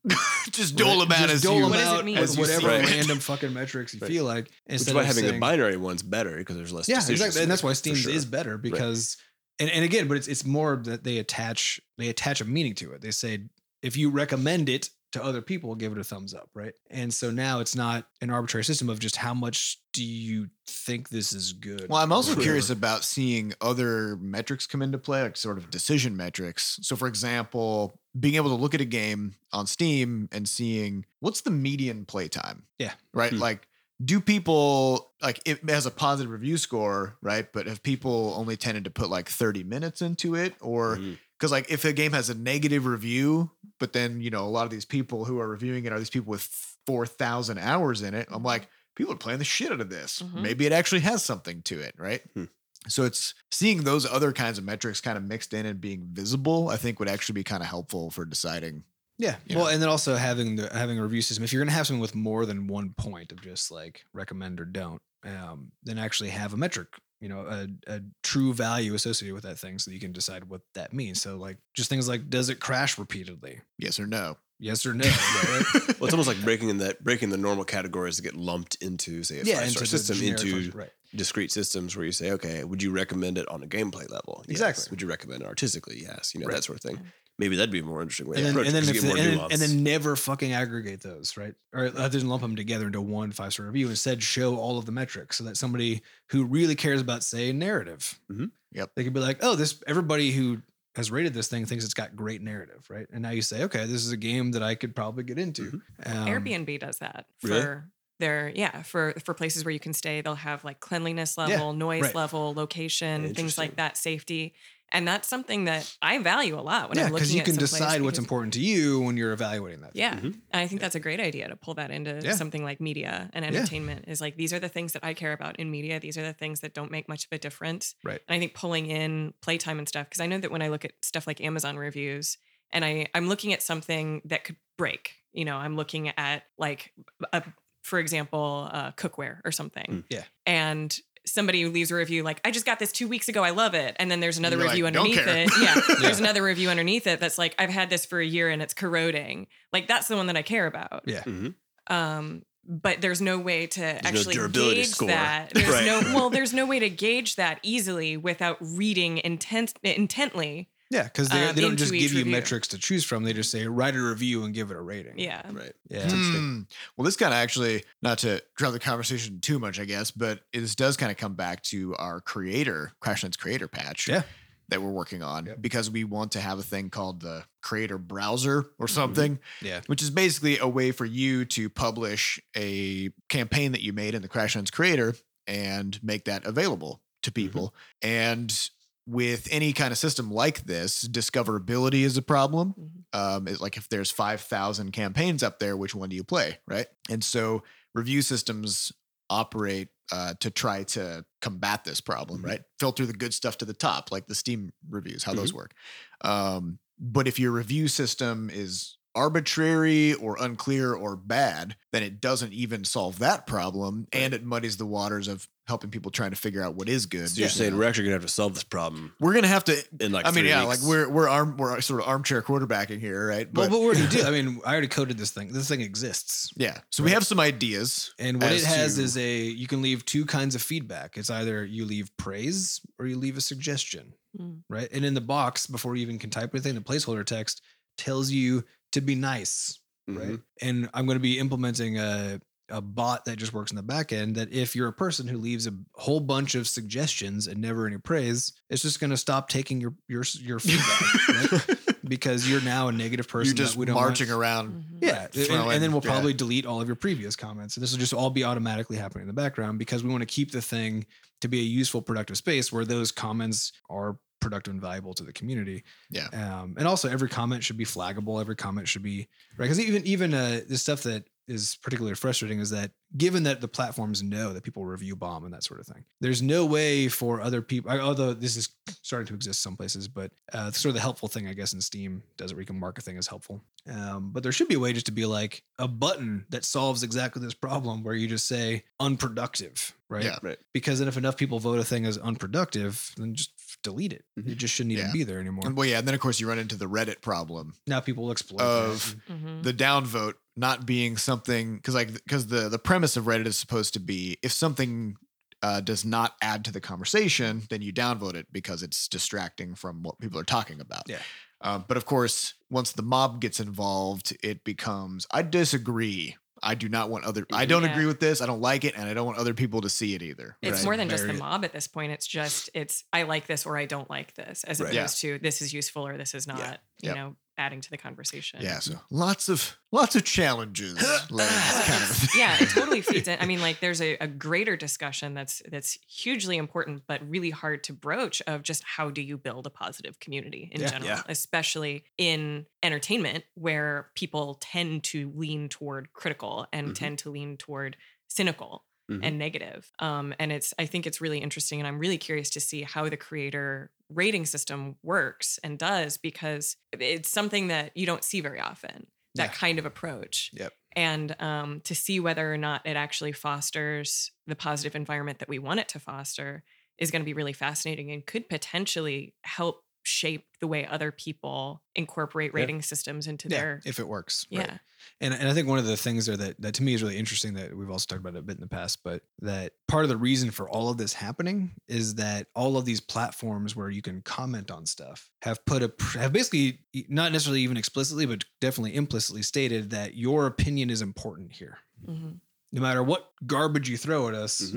B: just dole them out as
A: dole
B: you.
A: them
D: What does it
A: out
D: mean?
A: with
B: as you
A: whatever
B: see fit.
A: random fucking metrics you
C: Right.
A: feel like.
C: Which
A: Instead
C: is why
A: of
C: having the
A: saying-
C: binary one's better because there's less.
A: Yeah,
C: decisions
A: exactly.
C: to
A: And that's
C: make,
A: why
C: for
A: Steam
C: sure.
A: is better because and, and again, but it's it's more that they attach they attach a meaning to it. They say if you recommend it to other people, give it a thumbs up, right? And so now it's not an arbitrary system of just how much do you think this is good.
B: Well, I'm also
A: Sure.
B: curious about seeing other metrics come into play, like sort of decision metrics. So, for example, being able to look at a game on Steam and seeing what's the median playtime.
A: Yeah.
B: Right.
C: Hmm.
B: Like, do people like it has a positive review score, right? But have people only tended to put like 30 minutes into it, or
C: Mhm.
B: because like if a game has a negative review, but then you know a lot of these people who are reviewing it are these people with four thousand hours in it. I'm
C: Mm-hmm.
B: like, people are playing the shit out of this.
D: Mhm.
B: Maybe it actually has something to it, right?
C: Hmm.
B: So it's seeing those other kinds of metrics kind of mixed in and being visible. I think would actually be kind of helpful for deciding.
A: Yeah.
B: you
A: Well,
B: know.
A: and then also having the having a review system. If you're gonna have something with more than one point of just like recommend or don't, um, then actually have a metric, you know, a, a true value associated with that thing, so that you can decide what that means. So like just things like does it crash repeatedly?
B: Yes or no?
A: Yes or no? right?
C: Well, it's almost like breaking in that breaking the normal categories that get lumped into say a five
A: into
C: star
A: the
C: system
A: generic
C: into
A: function, right.
C: discrete systems where you say, okay, would you recommend it on a gameplay level? Yes.
A: Exactly.
C: Would you recommend it artistically? Yes. You know
A: Right.
C: that sort of thing.
D: Yeah.
C: Maybe that'd be a more interesting way.
A: And then,
C: to approach
A: and
C: it
A: then,
C: 'cause
A: if
C: you
A: the,
C: get more
A: and, then, and
C: nuance.
A: then never fucking aggregate those, right? Or other than lump them together into one five star review. Instead, show all of the metrics so that somebody who really cares about, say, narrative,
C: Mhm.
B: Yep.
A: they could be like, oh, this everybody who has rated this thing thinks it's got great narrative, right? And now you say, okay, this is a game that I could probably get into. Um,
D: Airbnb does that for
C: Really?
D: their yeah for for places where you can stay. They'll have like cleanliness level, noise
A: right.
D: level, location, things
C: Interesting.
D: like that, safety, and that's something that I value a lot when
A: yeah,
D: I'm looking
A: because
D: at
A: you can
D: someplace
A: decide what's
D: because-
A: important to you when you're evaluating that. thing.
D: Yeah,
C: Mhm.
D: and I think that's a great idea to pull that into
A: Yeah.
D: something like media and
A: Yeah.
D: entertainment. Is like these are the things that I care about in media. These are the things that don't make much of a difference.
A: Right.
D: And I think pulling in playtime and stuff because I know that when I look at stuff like Amazon reviews and I I'm looking at something that could break. You know, I'm looking at like a for example, uh, cookware or something.
C: Mm.
A: Yeah.
D: And somebody leaves a review like, I just got this two weeks ago. I love it. And then there's another
B: You're like,
D: review
B: "Don't
D: underneath
B: care."
D: it. Yeah. There's
A: Yeah.
D: another review underneath it that's like, I've had this for a year and it's corroding. Like, that's the one that I care about.
A: Yeah.
C: Mhm.
D: Um, but there's no way to
C: no
D: actually
C: durability
D: gauge
C: score.
D: that. There's
C: Right.
D: no well, there's no way to gauge that easily without reading intent intently.
A: Yeah, because they,
D: Um,
A: they don't
D: into
A: just
D: each
A: give you
D: review.
A: metrics to choose from. They just say write a review and give it a rating.
D: Yeah.
C: Mm-hmm. right.
A: Yeah.
B: Hmm. Well, this kind of actually, not to draw the conversation too much, I guess, but this does kind of come back to our creator, Crashlands creator patch.
A: Yeah.
B: that we're working on
A: Yep.
B: because we want to have a thing called the creator browser or something,
A: Mm-hmm. Yeah.
B: which is basically a way for you to publish a campaign that you made in the Crashlands creator and make that available to
A: Mm-hmm.
B: people. And with any kind of system like this, discoverability is a problem um, is like if there's 5,000 campaigns up there, which one do you play? Right. And so review systems operate uh, to try to combat this problem,
C: Mhm.
B: right? Filter the good stuff to the top, like the Steam reviews, how those
C: Mm-hmm.
B: work. Um, but if your review system is arbitrary or unclear or bad, then it doesn't even solve that problem and it muddies the waters of helping people trying to figure out what is good.
C: So you're
B: you
C: saying
B: know.
C: we're actually gonna have to solve this problem
B: we're gonna have to
C: in like
B: I mean,
C: three
B: yeah,
C: weeks.
B: like we're we're arm we're sort of armchair quarterbacking here, right?
A: Well, but what do you do? I mean, I already coded this thing. This thing exists.
B: Yeah. So we have some ideas.
A: And what
B: as
A: it has
B: to-
A: is a you can leave two kinds of feedback. It's either you leave praise or you leave a suggestion,
D: Mm.
A: right? And in the box before you even can type anything, the placeholder text tells you to be nice,
B: Mm-hmm.
C: Mhm.
A: right? And I'm going to be implementing a a bot that just works in the back end that if you're a person who leaves a whole bunch of suggestions and never any praise, it's just going to stop taking your your your feedback right? because you're now a negative person.
B: You're
A: that
B: just
A: we don't want-
B: marching around.
A: yeah, and,
B: throw
A: and then
B: in-
A: we'll
B: yeah.
A: probably delete all of your previous comments. And this will just all be automatically happening in the background because we want to keep the thing to be a useful, productive space where those comments are productive and valuable to the community.
B: Yeah.
A: Um, and also, every comment should be flaggable. Every comment should be right because even even uh, the stuff that is particularly frustrating is that given that the platforms know that people review bomb and that sort of thing, there's no way for other people. I- Although this is starting to exist some places, but uh, sort of the helpful thing, I guess, in Steam does it where you can mark a thing as helpful. Um, but there should be a way just to be like a button that solves exactly this problem where you just say unproductive, right?
B: Yeah.
C: Right.
A: Because then if enough people vote a thing as unproductive, then just delete it. It
C: Mhm.
A: just shouldn't even
B: Mm-hmm.
A: be
B: Yeah.
A: there anymore.
B: And, well, yeah, and then of course you run into the Reddit problem,
A: now people will exploit that.
B: Of-
D: Mhm.
B: the downvote not being something because like because the the premise of Reddit is supposed to be if something uh, does not add to the conversation, then you downvote it because it's distracting from what people are talking about.
A: Yeah.
B: Uh, but of course, once the mob gets involved, it becomes I disagree. I do not want other. I don't
D: Yeah.
B: agree with this. I don't like it, and I don't want other people to see it either.
D: It's
B: right?
D: more than just the
A: Very-
D: mob at this point. It's just it's I like this or I don't like this, as
C: Right.
D: opposed to this is useful or this is not. You
B: Yep.
D: know, adding to the conversation.
B: Yeah, so lots of lots of challenges. like, it's kind of
D: yeah, it totally feeds in. I mean, like there's a, a greater discussion that's that's hugely important, but really hard to broach of just how do you build a positive community in
A: Yeah.
D: general,
C: Yeah.
D: especially in entertainment where people tend to lean toward critical and
C: Mhm.
D: tend to lean toward cynical
C: Mhm.
D: and negative. Um, and it's I think it's really interesting, and I'm really curious to see how the creator rating system works and does because it's something that you don't see very often. That
A: Yeah.
D: kind of approach and um, to see whether or not it actually fosters the positive environment that we want it to foster is going to be really fascinating and could potentially help shape the way other people incorporate
A: Yeah.
D: rating systems into
A: yeah,
D: their
A: if it works.
D: yeah
A: right. And, and I think one of the things there that, that to me is really interesting that we've also talked about it a bit in the past, but that part of the reason for all of this happening is that all of these platforms where you can comment on stuff have put a pr- have basically not necessarily even explicitly, but definitely implicitly stated that your opinion is important here.
D: Mhm.
A: No matter what garbage you throw at us,
B: Mm-hmm.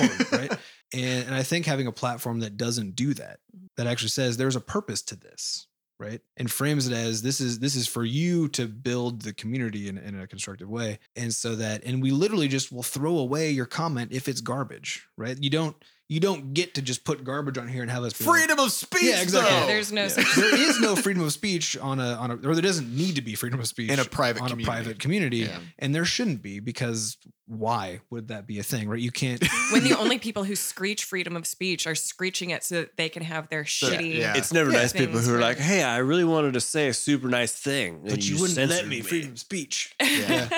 A: it's important, right? And, and I think having a platform that doesn't do that, that actually says there's a purpose to this, right? And frames it as this is this is for you to build the community in, in a constructive way. And so that, and we literally just will throw away your comment if it's garbage, right? You don't you don't get to just put garbage on here and have us be like,
B: freedom of speech.
A: Yeah, exactly.
D: Yeah,
B: though.
D: there's no
C: yeah.
D: such
A: there is no freedom of speech on a on a or there doesn't need to be freedom of speech
B: in a private
A: on
B: community.
A: a private community.
B: Yeah.
A: And there shouldn't be because why would that be a thing, right? You can't
D: when the only people who screech freedom of speech are screeching it so that they can have their shitty
B: yeah.
C: It's never
A: Yeah.
C: nice people
D: Things
C: who are
D: where-
C: like, "Hey, I really wanted to say a super nice thing, and
A: but you, wouldn't let
C: censored
A: me freedom of speech.
B: Yeah.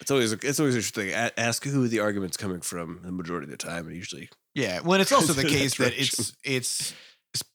C: It's always it's always interesting. A- ask who the argument's coming from the majority of the time, and usually
B: Yeah, well, and it's also the
C: That
B: case that it's
C: direction.
B: it's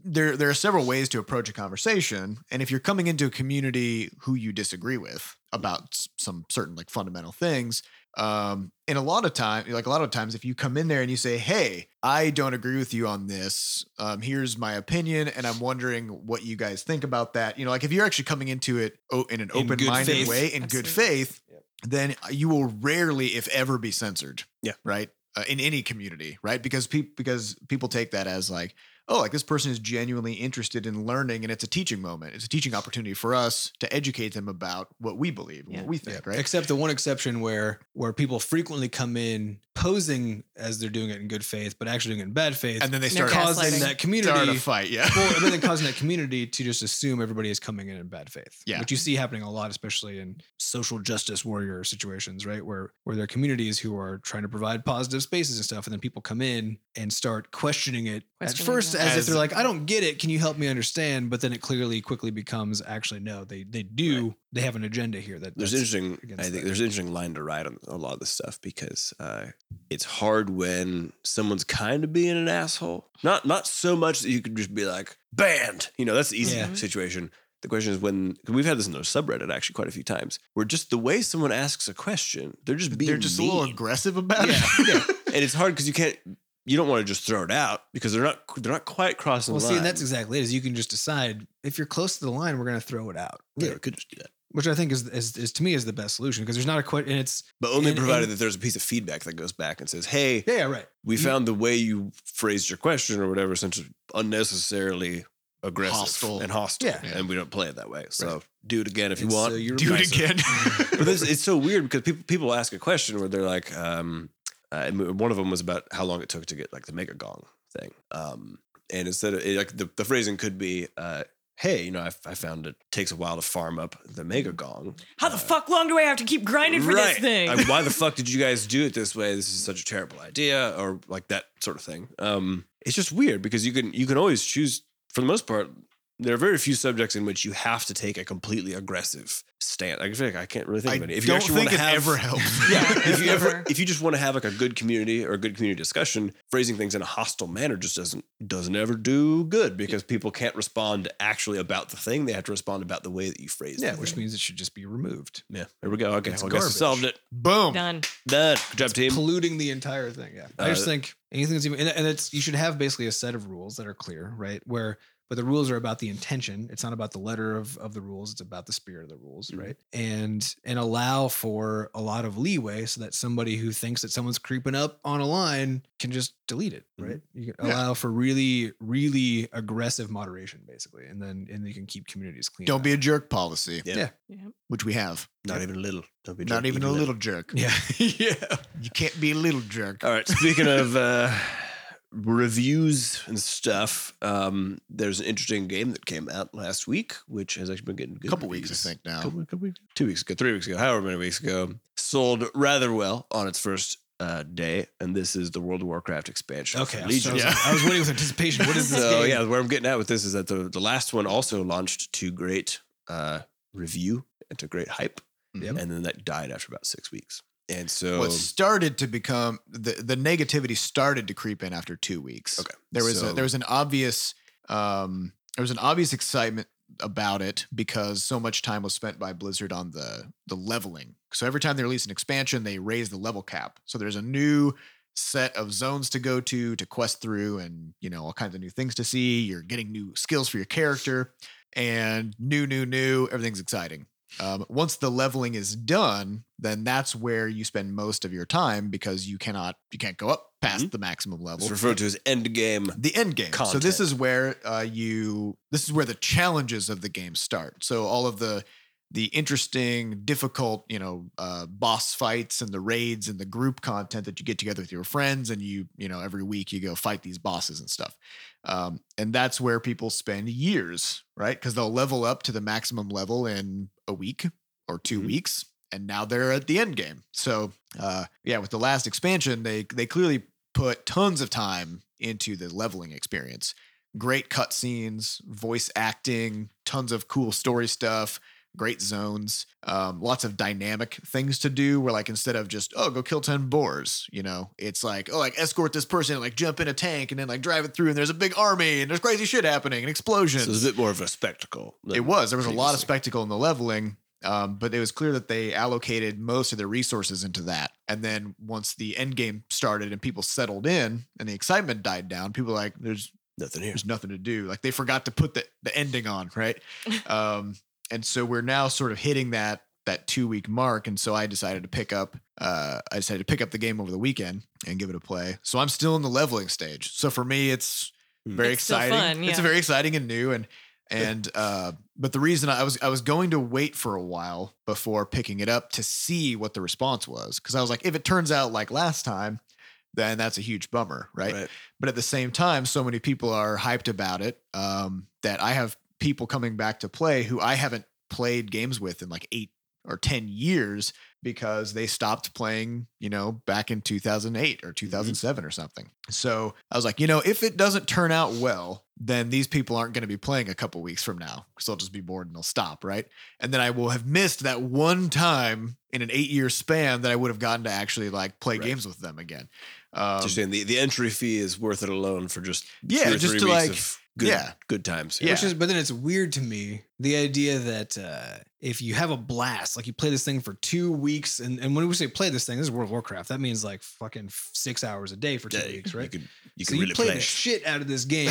B: there. There are several ways to approach a conversation, and if you're coming into a community who you disagree with about s- some certain like fundamental things, um, and a lot of time, like a lot of times, if you come in there and you say, "Hey, I don't agree with you on this. Um, here's my opinion, and I'm wondering what you guys think about that." You know, like if you're actually coming into it o- in an
A: In good
B: open-minded
A: faith.
B: way in good
D: Absolutely.
B: faith, then you will rarely, if ever, be censored.
C: Yeah.
B: Right uh, in any community, right? Because people because people take that as like, oh, like this person is genuinely interested in learning and it's a teaching moment. It's a teaching opportunity for us to educate them about what we believe and
D: Yeah.
B: what we think, right?
A: Except the one exception where where people frequently come in posing as they're doing it in good faith, but actually doing it in bad faith,
B: and then they
D: No
B: start,
D: gaslighting.
A: causing that
B: start a
A: community.
B: fight. Yeah.
A: well, and then causing that community to just assume everybody is coming in in bad faith.
B: Yeah.
A: which you see happening a lot, especially in social justice warrior situations, right? Where where there are communities who are trying to provide positive spaces and stuff, and then people come in and start questioning it
D: Questioning
A: at first,
D: it.
A: as, if
B: As-
A: they're like, "I don't get it. Can you help me understand?" But then it clearly quickly becomes, "Actually, no. They they do. They have an agenda here." That
C: there's
A: that's-
C: interesting i
A: against
C: think
A: that.
C: there's an interesting line to ride on a lot of this stuff because uh, it's hard when someone's kind of being an asshole not not so much that you could just be like banned you know that's the easy
A: Yeah.
C: situation the question is when 'cause we've had this in the subreddit actually quite a few times where just the way someone asks a question they're just being
B: They're just
C: mean.
B: a little aggressive about
A: Yeah,
B: it.
A: yeah.
C: and it's hard because you can't you don't want to just throw it out because they're not they're not quite crossing
A: Well,
C: the
A: see,
C: line
A: and that's exactly it. Is you can just decide if you're close to the line, we're going to throw it out,
C: yeah, we could just do that.
A: which I think is, is is to me is the best solution because there's not a quite and it's
C: But only
A: And-
C: provided
A: and-
C: that there's a piece of feedback that goes back and says, "Hey,
A: yeah, yeah right.
C: we
A: You-
C: found the way you phrased your question or whatever since it's unnecessarily aggressive
B: Hostile.
C: and hostile
A: Yeah.
C: and we don't play it that way so do it again if you
A: And
C: want
A: so you're
B: Do it
A: aggressive.
B: again.
C: but this, it's so weird because people people ask a question where they're like um uh, and one of them was about how long it took to get like the mega gong thing um and instead of it, like the, the phrasing could be uh hey you know I, I found it takes a while to farm up the mega gong
D: How the fuck long do I have to keep grinding for this thing?
C: like, why the fuck did you guys do it this way? This is such a terrible idea, or like that sort of thing. Um, it's just weird because you can you can always choose. For the most part, there are very few subjects in which you have to take a completely aggressive stand. I feel like I can't really think
B: I
C: of any. If you
B: don't
C: actually
B: think
C: want
B: it
C: to have,
B: ever helps.
C: yeah, if you ever
D: Never.
C: if you just want to have like a good community or a good community discussion, phrasing things in a hostile manner just doesn't doesn't ever do good because people can't respond actually about the thing. They have to respond about the way that you phrase.
A: Yeah,
C: the
A: which
C: thing.
A: means it should just be removed.
C: yeah. There we go. Okay,
A: It's
C: well, I guess we
A: garbage.
C: solved it.
B: Boom.
D: Done.
C: Done. Good job, team.
A: polluting the entire thing. Yeah, I
C: Uh,
A: just think anything that's even and- and it's you should have basically a set of rules that are clear, right? Where but the rules are about the intention. It's not about the letter of of the rules. It's about the spirit of the rules,
B: Mm-hmm.
C: Mhm.
A: right? And and allow for a lot of leeway so that somebody who thinks that someone's creeping up on a line can just delete it,
C: Mhm.
A: right? You can
B: Mm-hmm. Yeah.
A: allow for really really aggressive moderation, basically, and then and you can keep communities clean.
B: Don't
A: that
B: be a jerk policy,
C: Yeah.
A: Yeah.
D: Yeah.
B: which we have.
C: Not even a little. Don't be
B: Not even a little jerk.
A: way. yeah yeah.
B: You can't be a little jerk.
C: All right. Speaking of uh, reviews and stuff, um, there's an interesting game that came out last week, which has actually been getting good
B: A couple weeks, I
C: reviews.
B: think, now.
C: Couple, couple weeks, two weeks ago, three weeks ago, however many weeks ago, sold rather well on its first uh, day, and this is the World of Warcraft expansion.
A: Okay,
C: for
A: I was, I
C: Legion.
A: was- I was waiting with anticipation. What is this?
C: so
A: game?
C: yeah, where I'm getting at with this is that the, the last one also launched to great uh, review and to great hype,
B: Mm-hmm.
A: Yep.
C: and then that died after about six weeks. And so
B: What started to become the the negativity started to creep in after two weeks.
C: Okay.
B: There was
C: So-
B: a, there was an obvious um there was an obvious excitement about it because so much time was spent by Blizzard on the the leveling. So every time they release an expansion, they raise the level cap. So there's a new set of zones to go to to quest through and you know all kinds of new things to see you're getting new skills for your character and new new new everything's exciting um, once the leveling is done then that's where you spend most of your time because you cannot you can't go up past the maximum level
C: Mm-hmm. It's referred to as end game.
B: the end game. So
C: Content.
B: this is where uh, you this is where the challenges of the game start. So all of the the interesting, difficult, you know, uh, boss fights and the raids and the group content that you get together with your friends and you, you know, every week you go fight these bosses and stuff. Um, and that's where people spend years, right? Because they'll level up to the maximum level in a week or 2
C: Mhm.
B: weeks, and now they're at the end game. So uh, yeah, with the last expansion, they they clearly put tons of time into the leveling experience. Great cutscenes, voice acting, tons of cool story stuff, great zones, um, lots of dynamic things to do. Where like instead of just oh go kill ten boars, you know, it's like oh like escort this person, and, like jump in a tank, and then like drive it through, and there's a big army, and there's crazy shit happening, and
C: So
B: explosions.
C: it's a bit more of a spectacle. than
B: It was. There was a lot of
C: previously.
B: spectacle in the leveling, um, but it was clear that they allocated most of their resources into that. And then once the end game started and people settled in and the excitement died down, people were like, there's
C: Nothing here.
B: there's nothing to do. Like they forgot to put the, the ending on, right? um, and so we're now sort of hitting that that two week mark. And so I decided to pick up uh, I decided to pick up the game over the weekend and give it a play. So I'm still in the leveling stage. So for me, it's very
D: It's still
B: exciting.
D: fun,
B: It's
D: yeah.
B: very exciting and new and and uh but the reason I was I was going to wait for a while before picking it up to see what the response was cuz I was like if it turns out like last time then that's a huge bummer, right?
C: Right.
B: But at the same time so many people are hyped about it um that I have people coming back to play who I haven't played games with in like 8 or 10 years because they stopped playing, you know, back in 2008
C: Mm-hmm.
B: or 2007 or something. So I was like, you know, if it doesn't turn out well, then these people aren't going to be playing a couple weeks from now because they'll just be bored and they'll stop, right? And then I will have missed that one time in an eight year span that I would have gotten to actually like play
C: Right.
B: games with them again. Um,
C: Just saying the, the entry fee is worth it alone for just
B: yeah,
C: two or
B: just
C: three
B: to
C: weeks
B: like,
C: of good,
B: yeah.
C: good times.
B: Yeah.
A: Which is, but then it's weird to me the idea that uh, if you have a blast, like you play this thing for two weeks, and, and when we say play this thing, this is World of Warcraft. That means like fucking six hours a day for two
C: Yeah,
A: weeks, right?
C: You can, you
A: so
C: can
A: you
C: really
A: play,
C: play
A: the
C: it.
A: shit out of this game,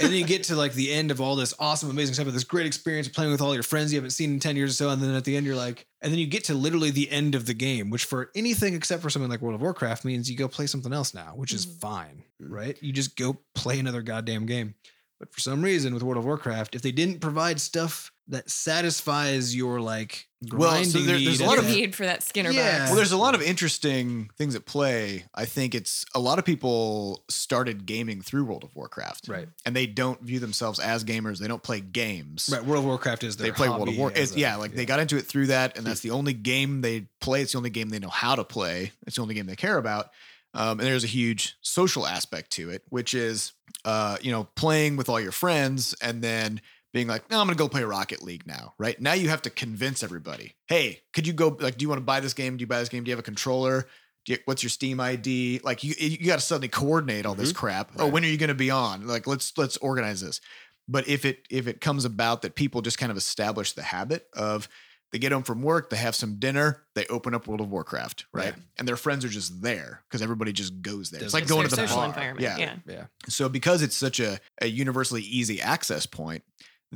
A: and then you get to like the end of all this awesome, amazing stuff, with this great experience of playing with all your friends you haven't seen in ten years or so, and then at the end you're like, and then you get to literally the end of the game, which for anything except for something like World of Warcraft means you go play something else now, which is
D: Mhm.
A: fine,
B: Mm-hmm.
A: right? You just go play another goddamn game. But for some reason, with World of Warcraft, if they didn't provide stuff that satisfies your like grinding
B: Well, so there- there's
A: need
B: a lot
A: at
D: Your
B: of-
A: the-
D: need for that Skinner
A: Yeah.
D: box.
B: Well, there's a lot of interesting things at play. I think it's a lot of people started gaming through World of Warcraft,
A: right,
B: and they don't view themselves as gamers. They don't play games.
A: right. World of Warcraft is their
B: They play World of
A: hobby
B: Warcraft.
A: as
B: It's,
A: a- Hmm.
B: yeah, like they got into it through that, and that's the only game they play. It's the only game they know how to play. It's the only game they care about. Um, and there's a huge social aspect to it, which is, uh, you know, playing with all your friends and then being like, no, I'm going to go play Rocket League now, right? Now you have to convince everybody, hey, could you go, like, do you want to buy this game? Do you buy this game? Do you have a controller? Do you, what's your Steam ID? Like, you, you got to suddenly coordinate all this crap. Oh,
C: Mm-hmm. Right.
B: when are you going to be on? Like, let's, let's organize this. But if it, if it comes about that people just kind of establish the habit of, they get home from work, they have some dinner, they open up World of Warcraft, right? And their friends are just there because everybody just goes there. It's
A: Does
B: like
A: it.
B: going
D: their
B: to the
D: social
B: bar.
D: environment. Yeah.
B: So because it's such a, a universally easy access point,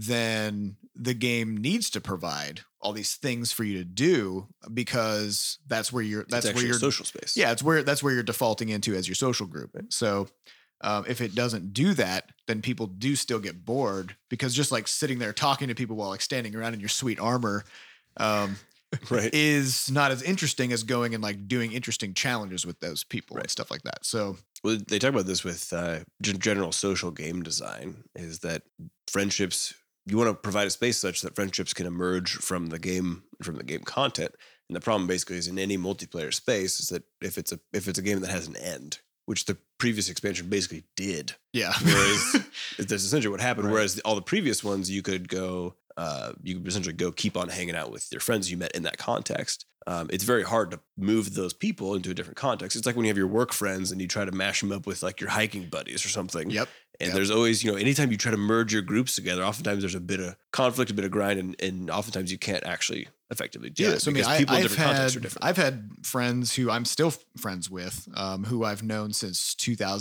B: then the game needs to provide all these things for you to do because that's where you're that's
C: That's
B: where
C: actually a
B: you're
C: social space.
B: yeah, it's where that's where you're defaulting into as your social group. So um, if it doesn't do that, then people do still get bored because just like sitting there talking to people while like standing around in your sweet armor um,
C: Right.
B: is not as interesting as going and like doing interesting challenges with those people and
C: Right.
B: stuff like that. So
C: Well, they talk about this with uh, gen- general social game design is that friendships, you want to provide a space such that friendships can emerge from the game, from the game content. And the problem basically is in any multiplayer space is that if it's a, if it's a game that has an end, which the previous expansion basically did,
B: yeah,
C: Whereas- that's essentially what happened.
A: Right.
C: Whereas all the previous ones, you could go, uh, you could essentially go keep on hanging out with your friends you met in that context. Um, it's very hard to move those people into a different context. It's like when you have your work friends and you try to mash them up with like your hiking buddies or something.
B: yep,
C: And
B: Yep.
C: there's always, you know, anytime you try to merge your groups together, oftentimes there's a bit of conflict, a bit of grind, and, and oftentimes you can't actually effectively do
B: yeah.
C: it
B: So I mean,
C: because
B: I,
C: people in
B: I've
C: different contexts are
B: had
C: different.
B: I've had friends who I'm still f- friends with, um, who I've known since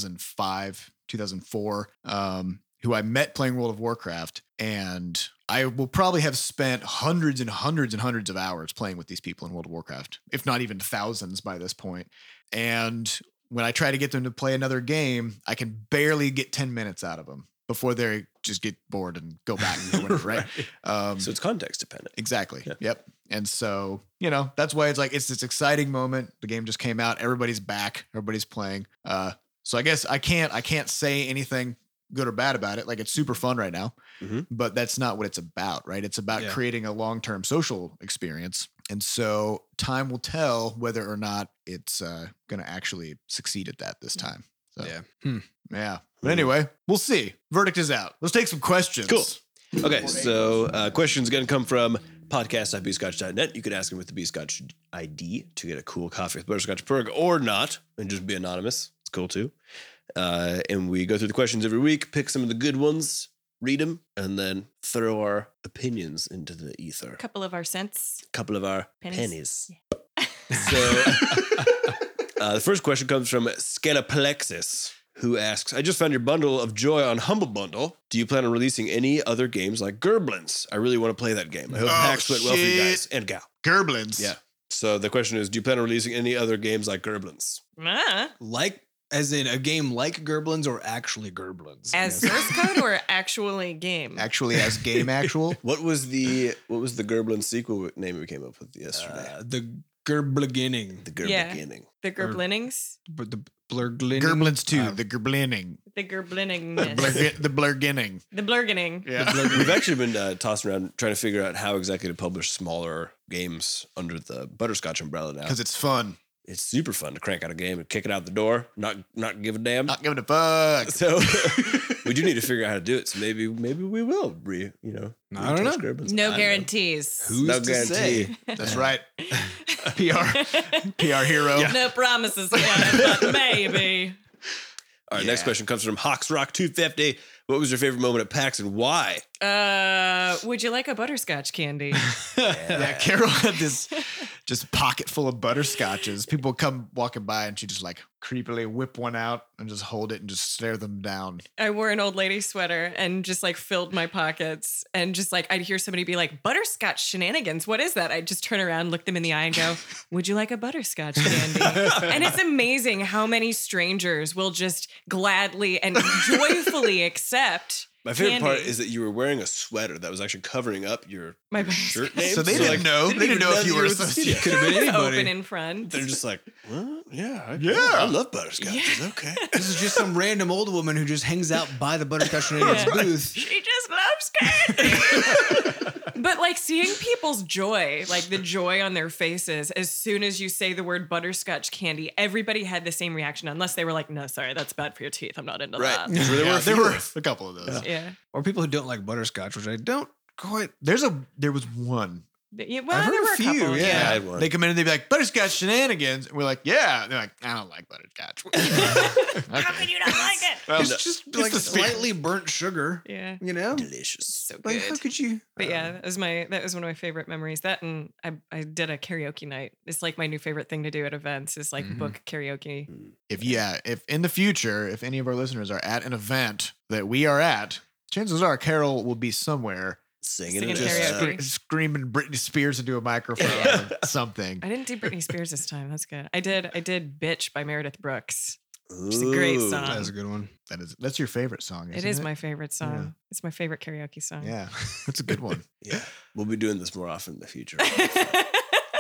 B: 2005, 2004, um, who I met playing World of Warcraft, and I will probably have spent hundreds and hundreds and hundreds of hours playing with these people in World of Warcraft, if not even thousands by this point. And when I try to get them to play another game, I can barely get 10 minutes out of them before they just get bored and go back and do whatever, right? Um,
C: so it's context dependent.
B: Exactly.
C: Yeah.
B: Yep. And so, you know, that's why it's like it's this exciting moment. The game just came out. Everybody's back. Everybody's playing. Uh, so I guess I can't I can't say anything good or bad about it. Like it's super fun right now,
C: Mhm.
B: but that's not what it's about, right? It's about
A: Yeah.
B: creating a long term social experience. And so time will tell whether or not it's uh, going to actually succeed at that this time. So
A: yeah. Hmm.
B: yeah.
C: Hmm.
B: But anyway, we'll see. Verdict is out. Let's take some questions.
C: Cool. Okay, so uh, questions going to come from podcast.bscotch.net. You can ask them with the bscotch ID to get a cool coffee with butterscotch perg or not, and just be anonymous. It's cool too. Uh, and we go through the questions every week, pick some of the good ones, read them, and then throw our opinions into the ether.
D: A couple of our cents.
C: couple of our pennies.
D: Pennies.
C: So uh, the first question comes from Scalaplexis, who asks, I just found your bundle of joy on Humble Bundle. Do you plan on releasing any other games like Gerblins? I really want to play that game. I hope
B: Oh,
C: hacks went well for you
B: shit.
C: guys and gal.
B: Gerblins.
C: Yeah. So the question is, do you plan on releasing any other games like Gerblins?
D: Ah,
A: like as in a game like Gerblins or actually Gerblins? I
D: As
A: guess.
D: source code or actually game?
B: Actually, as game actual,
C: What was the what was the Gerblin sequel name we came up with yesterday?
A: uh, the Gerbliginning,
C: the Gerblin
D: yeah.
C: beginning.
D: the Gerblinings?
A: but the Blurglining.
B: Gerblins too.
A: Uh,
B: the Gerblinning, the,
D: The Gerblingness.
B: blurg- the Blurginning.
D: the Blurgening.
B: Yeah.
C: We've actually been uh, tossing around trying to figure out how exactly to publish smaller games under the Butterscotch umbrella now.
B: Because it's fun.
C: It's super fun to crank out a game and kick it out the door, not not give a damn.
B: Not giving a fuck.
C: so we do need to figure out how to do it. So maybe maybe we will re you know.
A: I don't
C: retouch
A: know.
C: Gerblins. I don't
D: No
C: know.
D: guarantees.
A: Who's
C: No
A: to
C: guarantee.
A: say?
B: That's right. PR PR hero.
D: no promises yet, but maybe.
C: All right, next question comes from Hawks Rock 250. What was your favorite moment at PAX and why?
D: Uh, would you like a butterscotch candy?
B: Yeah, Carol had this just pocket full of butterscotches. People come walking by and she just like creepily whip one out and just hold it and just stare them down.
D: I wore an old lady sweater and just like filled my pockets and just like I'd hear somebody be like butterscotch shenanigans. What is that? I'd just turn around, look them in the eye, and go, "Would you like a butterscotch candy?" and it's amazing how many strangers will just gladly and joyfully accept.
C: My favorite
D: candy.
C: part is that you were wearing a sweater that was actually covering up your,
D: My
C: your shirt name.
B: So they didn't know. They didn't know if you were associated.
C: Could have
D: It
C: been
D: was
C: anybody.
D: open in front.
C: They're just like, well, yeah, I,
B: Yeah.
C: I love butterscotches. Okay.
A: This is just some random old woman who just hangs out by the Butterscotch Shenanigans
D: Yeah.
A: booth.
D: She just loves candy. but like seeing people's joy, like the joy on their faces as soon as you say the word butterscotch candy, everybody had the same reaction, unless they were like, no, sorry, that's bad for your teeth. I'm not into
C: Right.
D: that.
C: So there were
B: Yeah,
C: a
B: there
C: few.
B: were a couple of those.
D: Yeah.
A: Or people who don't like butterscotch, which I don't quite.
B: There's a there was one.
D: But, yeah, well,
A: I've heard
D: there
A: a
D: were a
A: few,
D: couple.
A: yeah.
C: I
D: Yeah.
C: had one.
B: They come in and they'd be like, butterscotch shenanigans. And we're like, yeah. And they're like, I don't like butterscotch.
D: How could you not like it?
B: Well,
A: it's just
B: it's
A: like
B: the spirit.
A: slightly burnt sugar,
D: Yeah.
A: you know?
C: delicious.
D: So
A: Like, how
D: good.
A: could you?
D: But yeah, that was my that was one of my favorite memories. That and I, I did a karaoke night. It's like my new favorite thing to do at events is like
A: Mhm.
D: book karaoke.
B: if yeah, if in the future, if any of our listeners are at an event that we are at, chances are Carol will be somewhere
C: Singing,
D: Singing
C: it
B: just
D: karaoke.
C: up.
B: scre- screaming Britney Spears into a microphone or something.
D: I didn't do Britney Spears this time. That's good. I did I did Bitch by Meredith Brooks. It's a great
C: uh, Ooh.
D: song.
A: That's a good one.
B: That is that's your favorite song.
D: It
B: isn't
D: is my favorite song.
B: Yeah.
D: It's my favorite karaoke song.
B: Yeah, that's a good one.
C: Yeah. We'll be doing this more often in the future.
B: Yeah.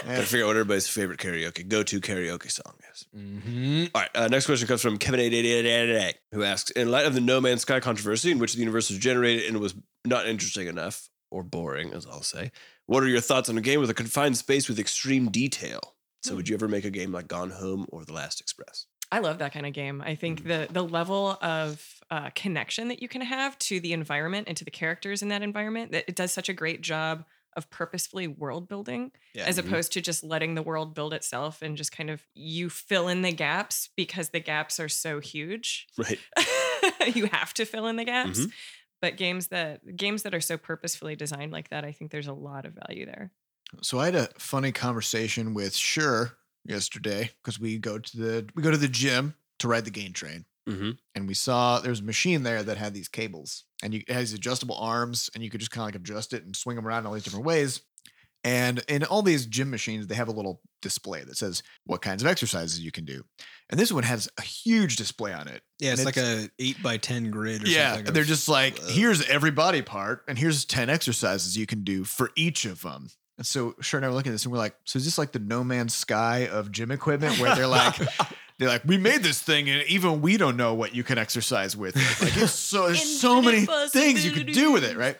C: Gotta figure out what everybody's favorite karaoke, go to karaoke song is.
A: Mm-hmm.
C: All right. Uh, next question comes from Kevin 8888, who asks In light of the No Man's Sky controversy, in which the universe was generated and was not interesting enough or boring, as I'll say, what are your thoughts on a game with a confined space with extreme detail? So, would you ever make a game like Gone Home or The Last Express?
D: I love that kind of game. I think the the level of uh, connection that you can have to the environment and to the characters in that environment that it does such a great job of purposefully world building
C: Yeah.
D: as opposed to just letting the world build itself and just kind of you fill in the gaps because the gaps are so huge.
C: Right.
D: you have to fill in the gaps.
A: Mm-hmm.
D: But games that games that are so purposefully designed like that, I think there's a lot of value there.
B: So I had a funny conversation with Sure yesterday because we go to the we go to the gym to ride the gain train,
C: Mm-hmm.
B: and we saw there's a machine there that had these cables, and you, it has adjustable arms, and you could just kind of like adjust it and swing them around all these different ways. And in all these gym machines, they have a little display that says what kinds of exercises you can do. And this one has a huge display on it.
A: Yeah, it's
B: And
A: like a eight by ten grid. Or
B: yeah,
A: something
B: they're
A: of-
B: just like
C: Whoa.
B: here's every body part, and here's ten exercises you can do for each of them. And so, sure, now we're looking at this, and we're like, so is this like the No Man's Sky of gym equipment, where they're like, they're like, we made this thing, and even we don't know what you can exercise with. it." Like, it's so there's so many
D: Infinite
B: things you could do with it, right?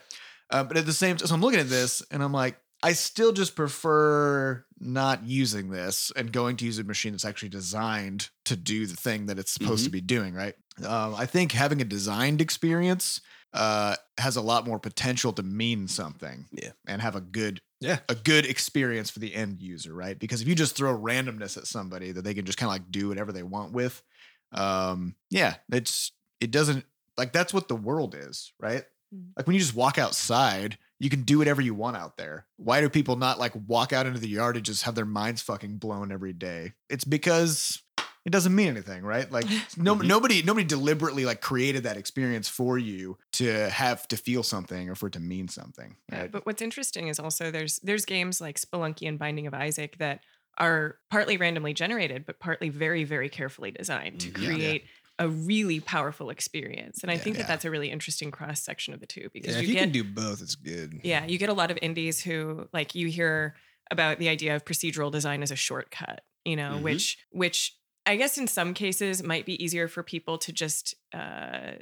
B: Uh, but at the same time, so I'm looking at this, and I'm like, I still just prefer not using this and going to use a machine that's actually designed to do the thing that it's supposed to be doing, right? Um, I think having a designed experience uh, has a lot more potential to mean something,
C: Yeah.
B: and have a good,
A: Yeah.
B: a good experience for the end user, right? Because if you just throw randomness at somebody that they can just kind of like do whatever they want with, um, yeah, it's it doesn't like that's what the world is, right?
D: Mhm.
B: Like when you just walk outside, you can do whatever you want out there. Why do people not like walk out into the yard and just have their minds fucking blown every day? It's because it doesn't mean anything, right? Like no
C: Mhm.
B: nobody nobody deliberately like created that experience for you to have to feel something or for it to mean something.
D: Yeah,
B: Right?
D: but what's interesting is also there's there's games like Spelunky and Binding of Isaac that are partly randomly generated, but partly very, very carefully designed to
C: Mm, yeah.
D: create a really powerful experience. And I
A: Mm-hmm. Yeah.
D: think
B: Yeah.
D: that that's a really interesting cross section of the two because
A: Yeah, if
D: you,
A: you
D: get
A: can do both, it's good.
D: yeah, you get a lot of indies who like you hear about the idea of procedural design as a shortcut, you know,
C: Mhm.
D: which which I guess in some cases might be easier for people to just uh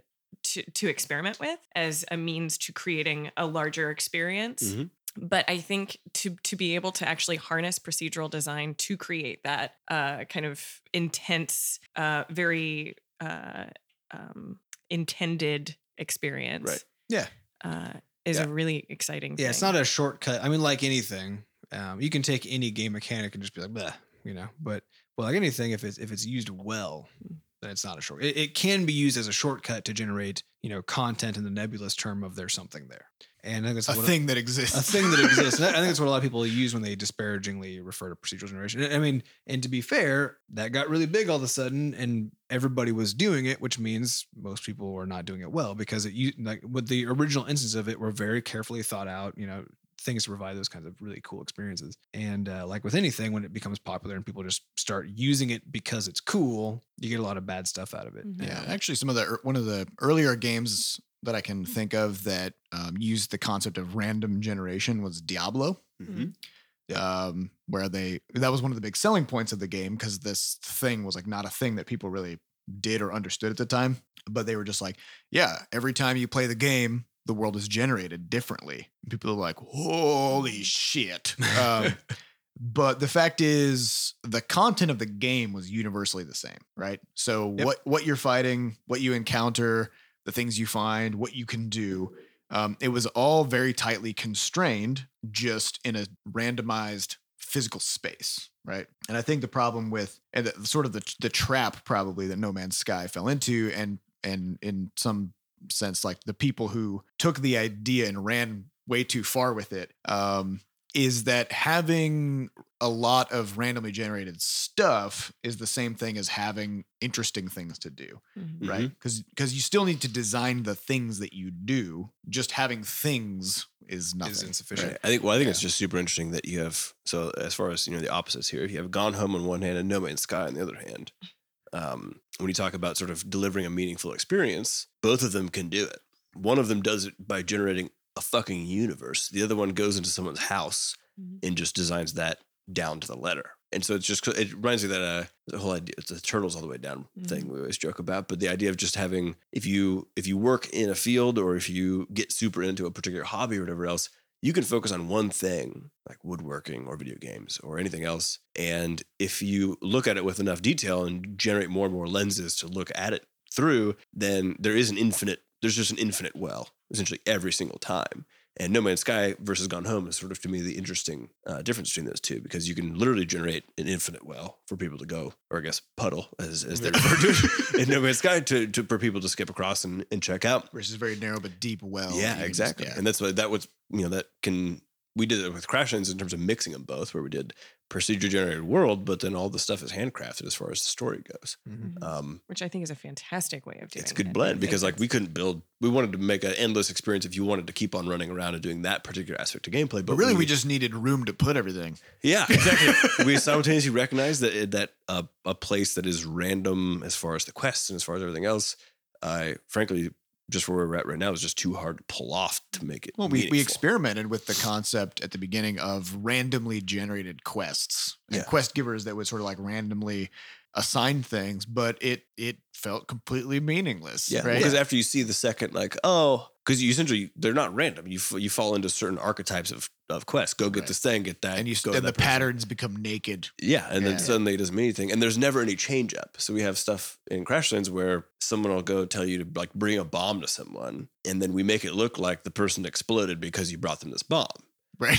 D: to to experiment with as a means to creating a larger experience.
C: Mhm.
D: But I think to to be able to actually harness procedural design to create that uh, kind of intense, uh, very uh, um, intended experience,
C: Right.
A: Yeah.
D: uh, is
A: Yeah.
D: a really exciting.
A: Yeah, it's not a shortcut. I mean, like anything, um, you can take any game mechanic and just be like, Bleh, you know. But well, like anything, if it's if it's used well, then it's not a short. It, it can be used as a shortcut to generate, you know, content in the nebulous term of there's something there, and I think that's
B: a
A: what
B: thing that exists.
A: a thing that exists. And I think that's what a lot of people use when they disparagingly refer to procedural generation. I mean, and to be fair, that got really big all of a sudden, and everybody was doing it, which means most people were not doing it well because it u- like with the original instance of it were very carefully thought out. You know, things to provide those kinds of really cool experiences. And uh, like with anything, when it becomes popular and people just start using it because it's cool, you get a lot of bad stuff out of it.
D: Mhm.
B: Yeah, actually, some of the one of the earlier games that I can think of that um, used the concept of random generation was Diablo,
D: Mm-hmm.
C: Mhm.
B: um, where they that was one of the big selling points of the game because this thing was like not a thing that people really did or understood at the time. But they were just like, yeah, every time you play the game, the world is generated differently. People are like, holy shit. Um, but the fact is the content of the game was universally the same right so
A: Yep.
B: what what you're fighting what you encounter the things you find what you can do um, it was all very tightly constrained just in a randomized physical space right and i think the problem with and the, sort of the, the trap probably that no man's sky fell into and and in some sense like the people who took the idea and ran way too far with it um, is that having a lot of randomly generated stuff is the same thing as having interesting things to do
D: Mhm.
C: Mhm.
B: right because because you still need to design the things that you do just having things is nothing
A: insufficient.
C: Right. I think. Well, I think it's just super interesting that you have. So as far as you know, the opposites here. You have Gone Home on one hand and No Man's Sky on the other hand. Um, when you talk about sort of delivering a meaningful experience, both of them can do it. One of them does it by generating a fucking universe. The other one goes into someone's house
D: Mhm.
C: and just designs that down to the letter. And so it's just it reminds me of that uh, the whole idea it's the turtles all the way down
D: Mhm.
C: thing we always joke about. But the idea of just having if you if you work in a field or if you get super into a particular hobby or whatever else, you can focus on one thing like woodworking or video games or anything else and if you look at it with enough detail and generate more and more lenses to look at it through then there is an infinite there's just an infinite well essentially every single time and no man's sky versus gone home is sort of to me the interesting uh, difference between those two because you can literally generate an infinite well for people to go or i guess puddle as, as they're referred to in no man's sky to, to for people to skip across and, and check out
B: versus very narrow but deep well that you
C: yeah,
B: can just-
C: exactly.
B: yeah.
C: And that's what that was, you know, that can we did it with Crashlands in terms of mixing them both, where we did procedure generated world, but then all the stuff is handcrafted as far as the story goes.
D: Mm-hmm.
A: Mhm.
B: Mm.
C: Um,
D: Which I think is a fantastic way of doing it.
C: it's a good blend because like we
D: It's-
C: couldn't build, we wanted to make an endless experience if you wanted to keep on running around and doing that particular aspect of gameplay. But,
B: but really we just needed room to put everything
C: yeah, exactly. we simultaneously recognize that it- that uh, a place that is random as far as the quests and as far as everything else, I frankly just where we're at right now is just too hard to pull off to make it.
B: Well, we, we
C: meaningful.
B: experimented with the concept at the beginning of randomly generated quests and
C: Yeah.
B: quest givers that would sort of like randomly assign things, but it it felt completely meaningless.
C: Yeah,
B: right.
C: because after you see the second, like, oh, because you essentially they're not random. You f- you fall into certain archetypes of of quests. Go get
B: Right.
C: this thing, get that,
B: and you
C: go to
B: and the
C: that person.
B: patterns become naked.
C: Yeah, and
B: Yeah.
C: then suddenly it doesn't mean anything, and there's never any change up. So we have stuff in Crashlands where someone will go tell you to like bring a bomb to someone, and then we make it look like the person exploded because you brought them this bomb,
B: Right.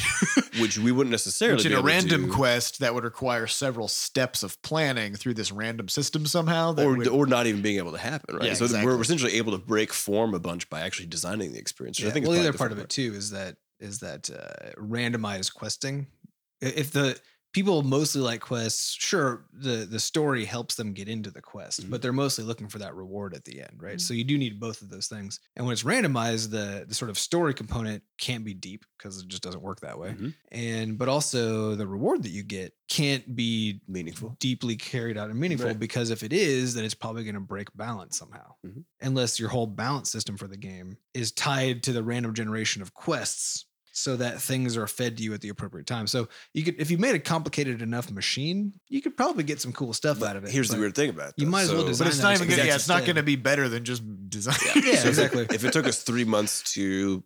C: which we wouldn't necessarily.
B: Which in
C: be
B: a
C: able
B: random
C: to-
B: quest that would require several steps of planning through this random system somehow. That
C: or,
B: would,
C: or not even being able to happen, right?
B: Yeah,
C: so
B: exactly.
C: we're essentially able to break form a bunch by actually designing the experience. which
A: Yeah,
C: I think
A: well,
C: is
A: the other
C: probably the
A: part
C: fun
A: of it too is that is that uh, randomized questing. I- If the people mostly like quests. Sure, the the story helps them get into the quest,
C: Mhm.
A: but they're mostly looking for that reward at the end, right?
C: Mm-hmm.
D: Mhm.
A: So you do need both of those things. And when it's randomized, the the sort of story component can't be deep because it just doesn't work that way.
C: Mhm.
A: And but also the reward that you get can't be
C: Meaningful.
A: deeply carried out and meaningful
C: Right.
A: because if it is, then it's probably going to break balance somehow.
C: Mhm.
A: Unless your whole balance system for the game is tied to the random generation of quests so that things are fed to you at the appropriate time. So you could if you made a complicated enough machine, you could probably get some cool stuff out of it.
C: Here's the
A: but-
C: weird thing about it.
A: you
C: though.
A: might as well
C: So-
A: design-
B: But it's not even good.
A: Exactly.
B: Yeah, it's not going to be better than just design.
A: Yeah,
C: So if it-
A: exactly.
C: If it took us three months to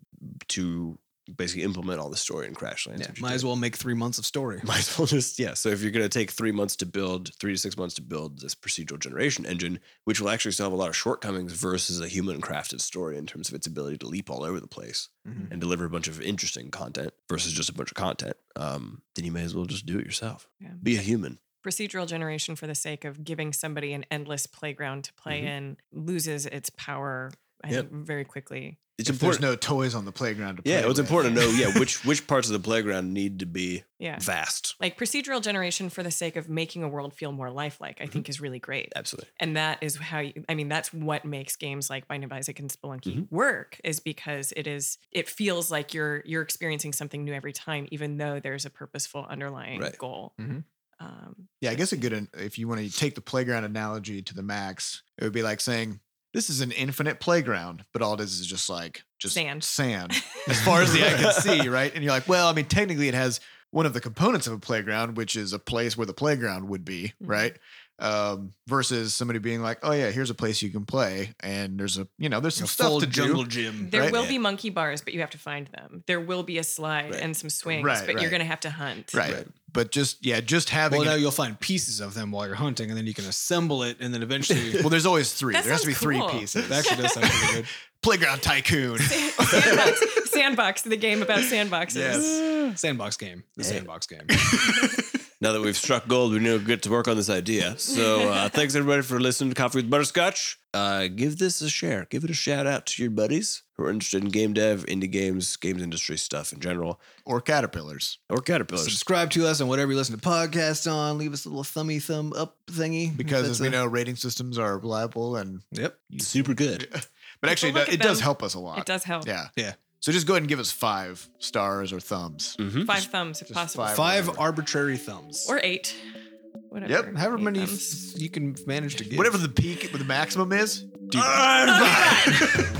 C: to basically implement all the story in Crashlands,
A: Yeah,
C: which it
A: might as
C: did,
A: well make three months of story.
C: might as well just yeah. So if you're gonna take three months to build, three to six months to build this procedural generation engine, which will actually still have a lot of shortcomings versus a human crafted story in terms of its ability to leap all over the place
D: Mm-hmm.
A: Mhm.
C: and deliver a bunch of interesting content versus just a bunch of content, um, then you may as well just do it yourself.
D: Yeah.
C: Be a human.
D: procedural generation for the sake of giving somebody an endless playground to play
C: Mhm.
D: in loses its power I
C: Yep.
D: think, very quickly.
C: It's
B: If there's
C: important.
B: no toys on the playground to play.
C: yeah, it's
B: with.
C: important to know yeah which which parts of the playground need to be
D: Yeah.
C: vast.
D: Like procedural generation for the sake of making a world feel more lifelike, I
C: Mm-hmm.
D: think is really great.
C: Absolutely.
D: And that is how you, I mean, that's what makes games like Binding of Isaac and Spelunky
B: Mm-hmm.
D: work is because it is, it feels like you're, you're experiencing something new every time, even though there's a purposeful underlying
C: Right.
D: goal.
A: Mhm.
B: Mm-hmm.
D: Um,
B: Yeah, I guess a good an- if you want to take the playground analogy to the max, it would be like saying this is an infinite playground, but all it is is just like just
D: Sand.
B: sand, as far as the eye can see, right? And you're like, well, I mean, technically, it has one of the components of a playground, which is a place where the playground would be,
D: Mhm.
B: right? Um, versus somebody being like, oh yeah, here's a place you can play, and there's a you know there's some
A: A full
B: stuff to
A: jungle
B: do.
A: gym.
D: There
B: Mm, Right.
D: will
C: Yeah.
D: be monkey bars, but you have to find them. There will be a slide
C: Right.
D: and some swings,
B: Right,
D: but
B: right.
D: you're going to have to hunt.
B: Right. But just yeah, just having
A: Well, now
B: it-
A: you'll find pieces of them while you're hunting, and then you can assemble it, and then eventually.
B: well, there's always three.
D: That
B: there has to be
D: sounds
B: three
D: cool.
A: That
B: pieces.
A: actually does sound pretty good.
B: playground tycoon.
D: sandbox, sandbox, the game about sandboxes.
A: Sandbox game. The
C: Yeah.
A: sandbox game.
C: Now that we've struck gold, we need to get to work on this idea. So uh, thanks everybody for listening to Coffee with Butterscotch. Uh, give this a share. Give it a shout out to your buddies who are interested in game dev, indie games, games industry stuff in general,
B: or caterpillars.
C: or caterpillars.
A: Subscribe to us on whatever you listen to podcasts on. Leave us a little thummy thumb up thingy.
B: because
A: That's
B: as we
A: a-
B: know, rating systems are reliable and
A: Yep.
C: Super good.
B: but actually, it,
D: look
B: does,
D: at
B: it does
D: them.
B: help us a lot.
D: It does help.
B: Yeah,
A: Yeah.
B: So just go ahead and give us five stars or thumbs.
C: Mm-hmm.
D: Five thumbs if
B: just
D: possible.
B: five.
A: Five
B: whatever.
A: arbitrary thumbs.
D: Or eight. Whatever.
B: Yep,
A: however
D: Eight
A: many
D: thumbs.
A: you can manage to get.
C: Ah,
B: Whatever the peak, the maximum is. do that.
D: All right.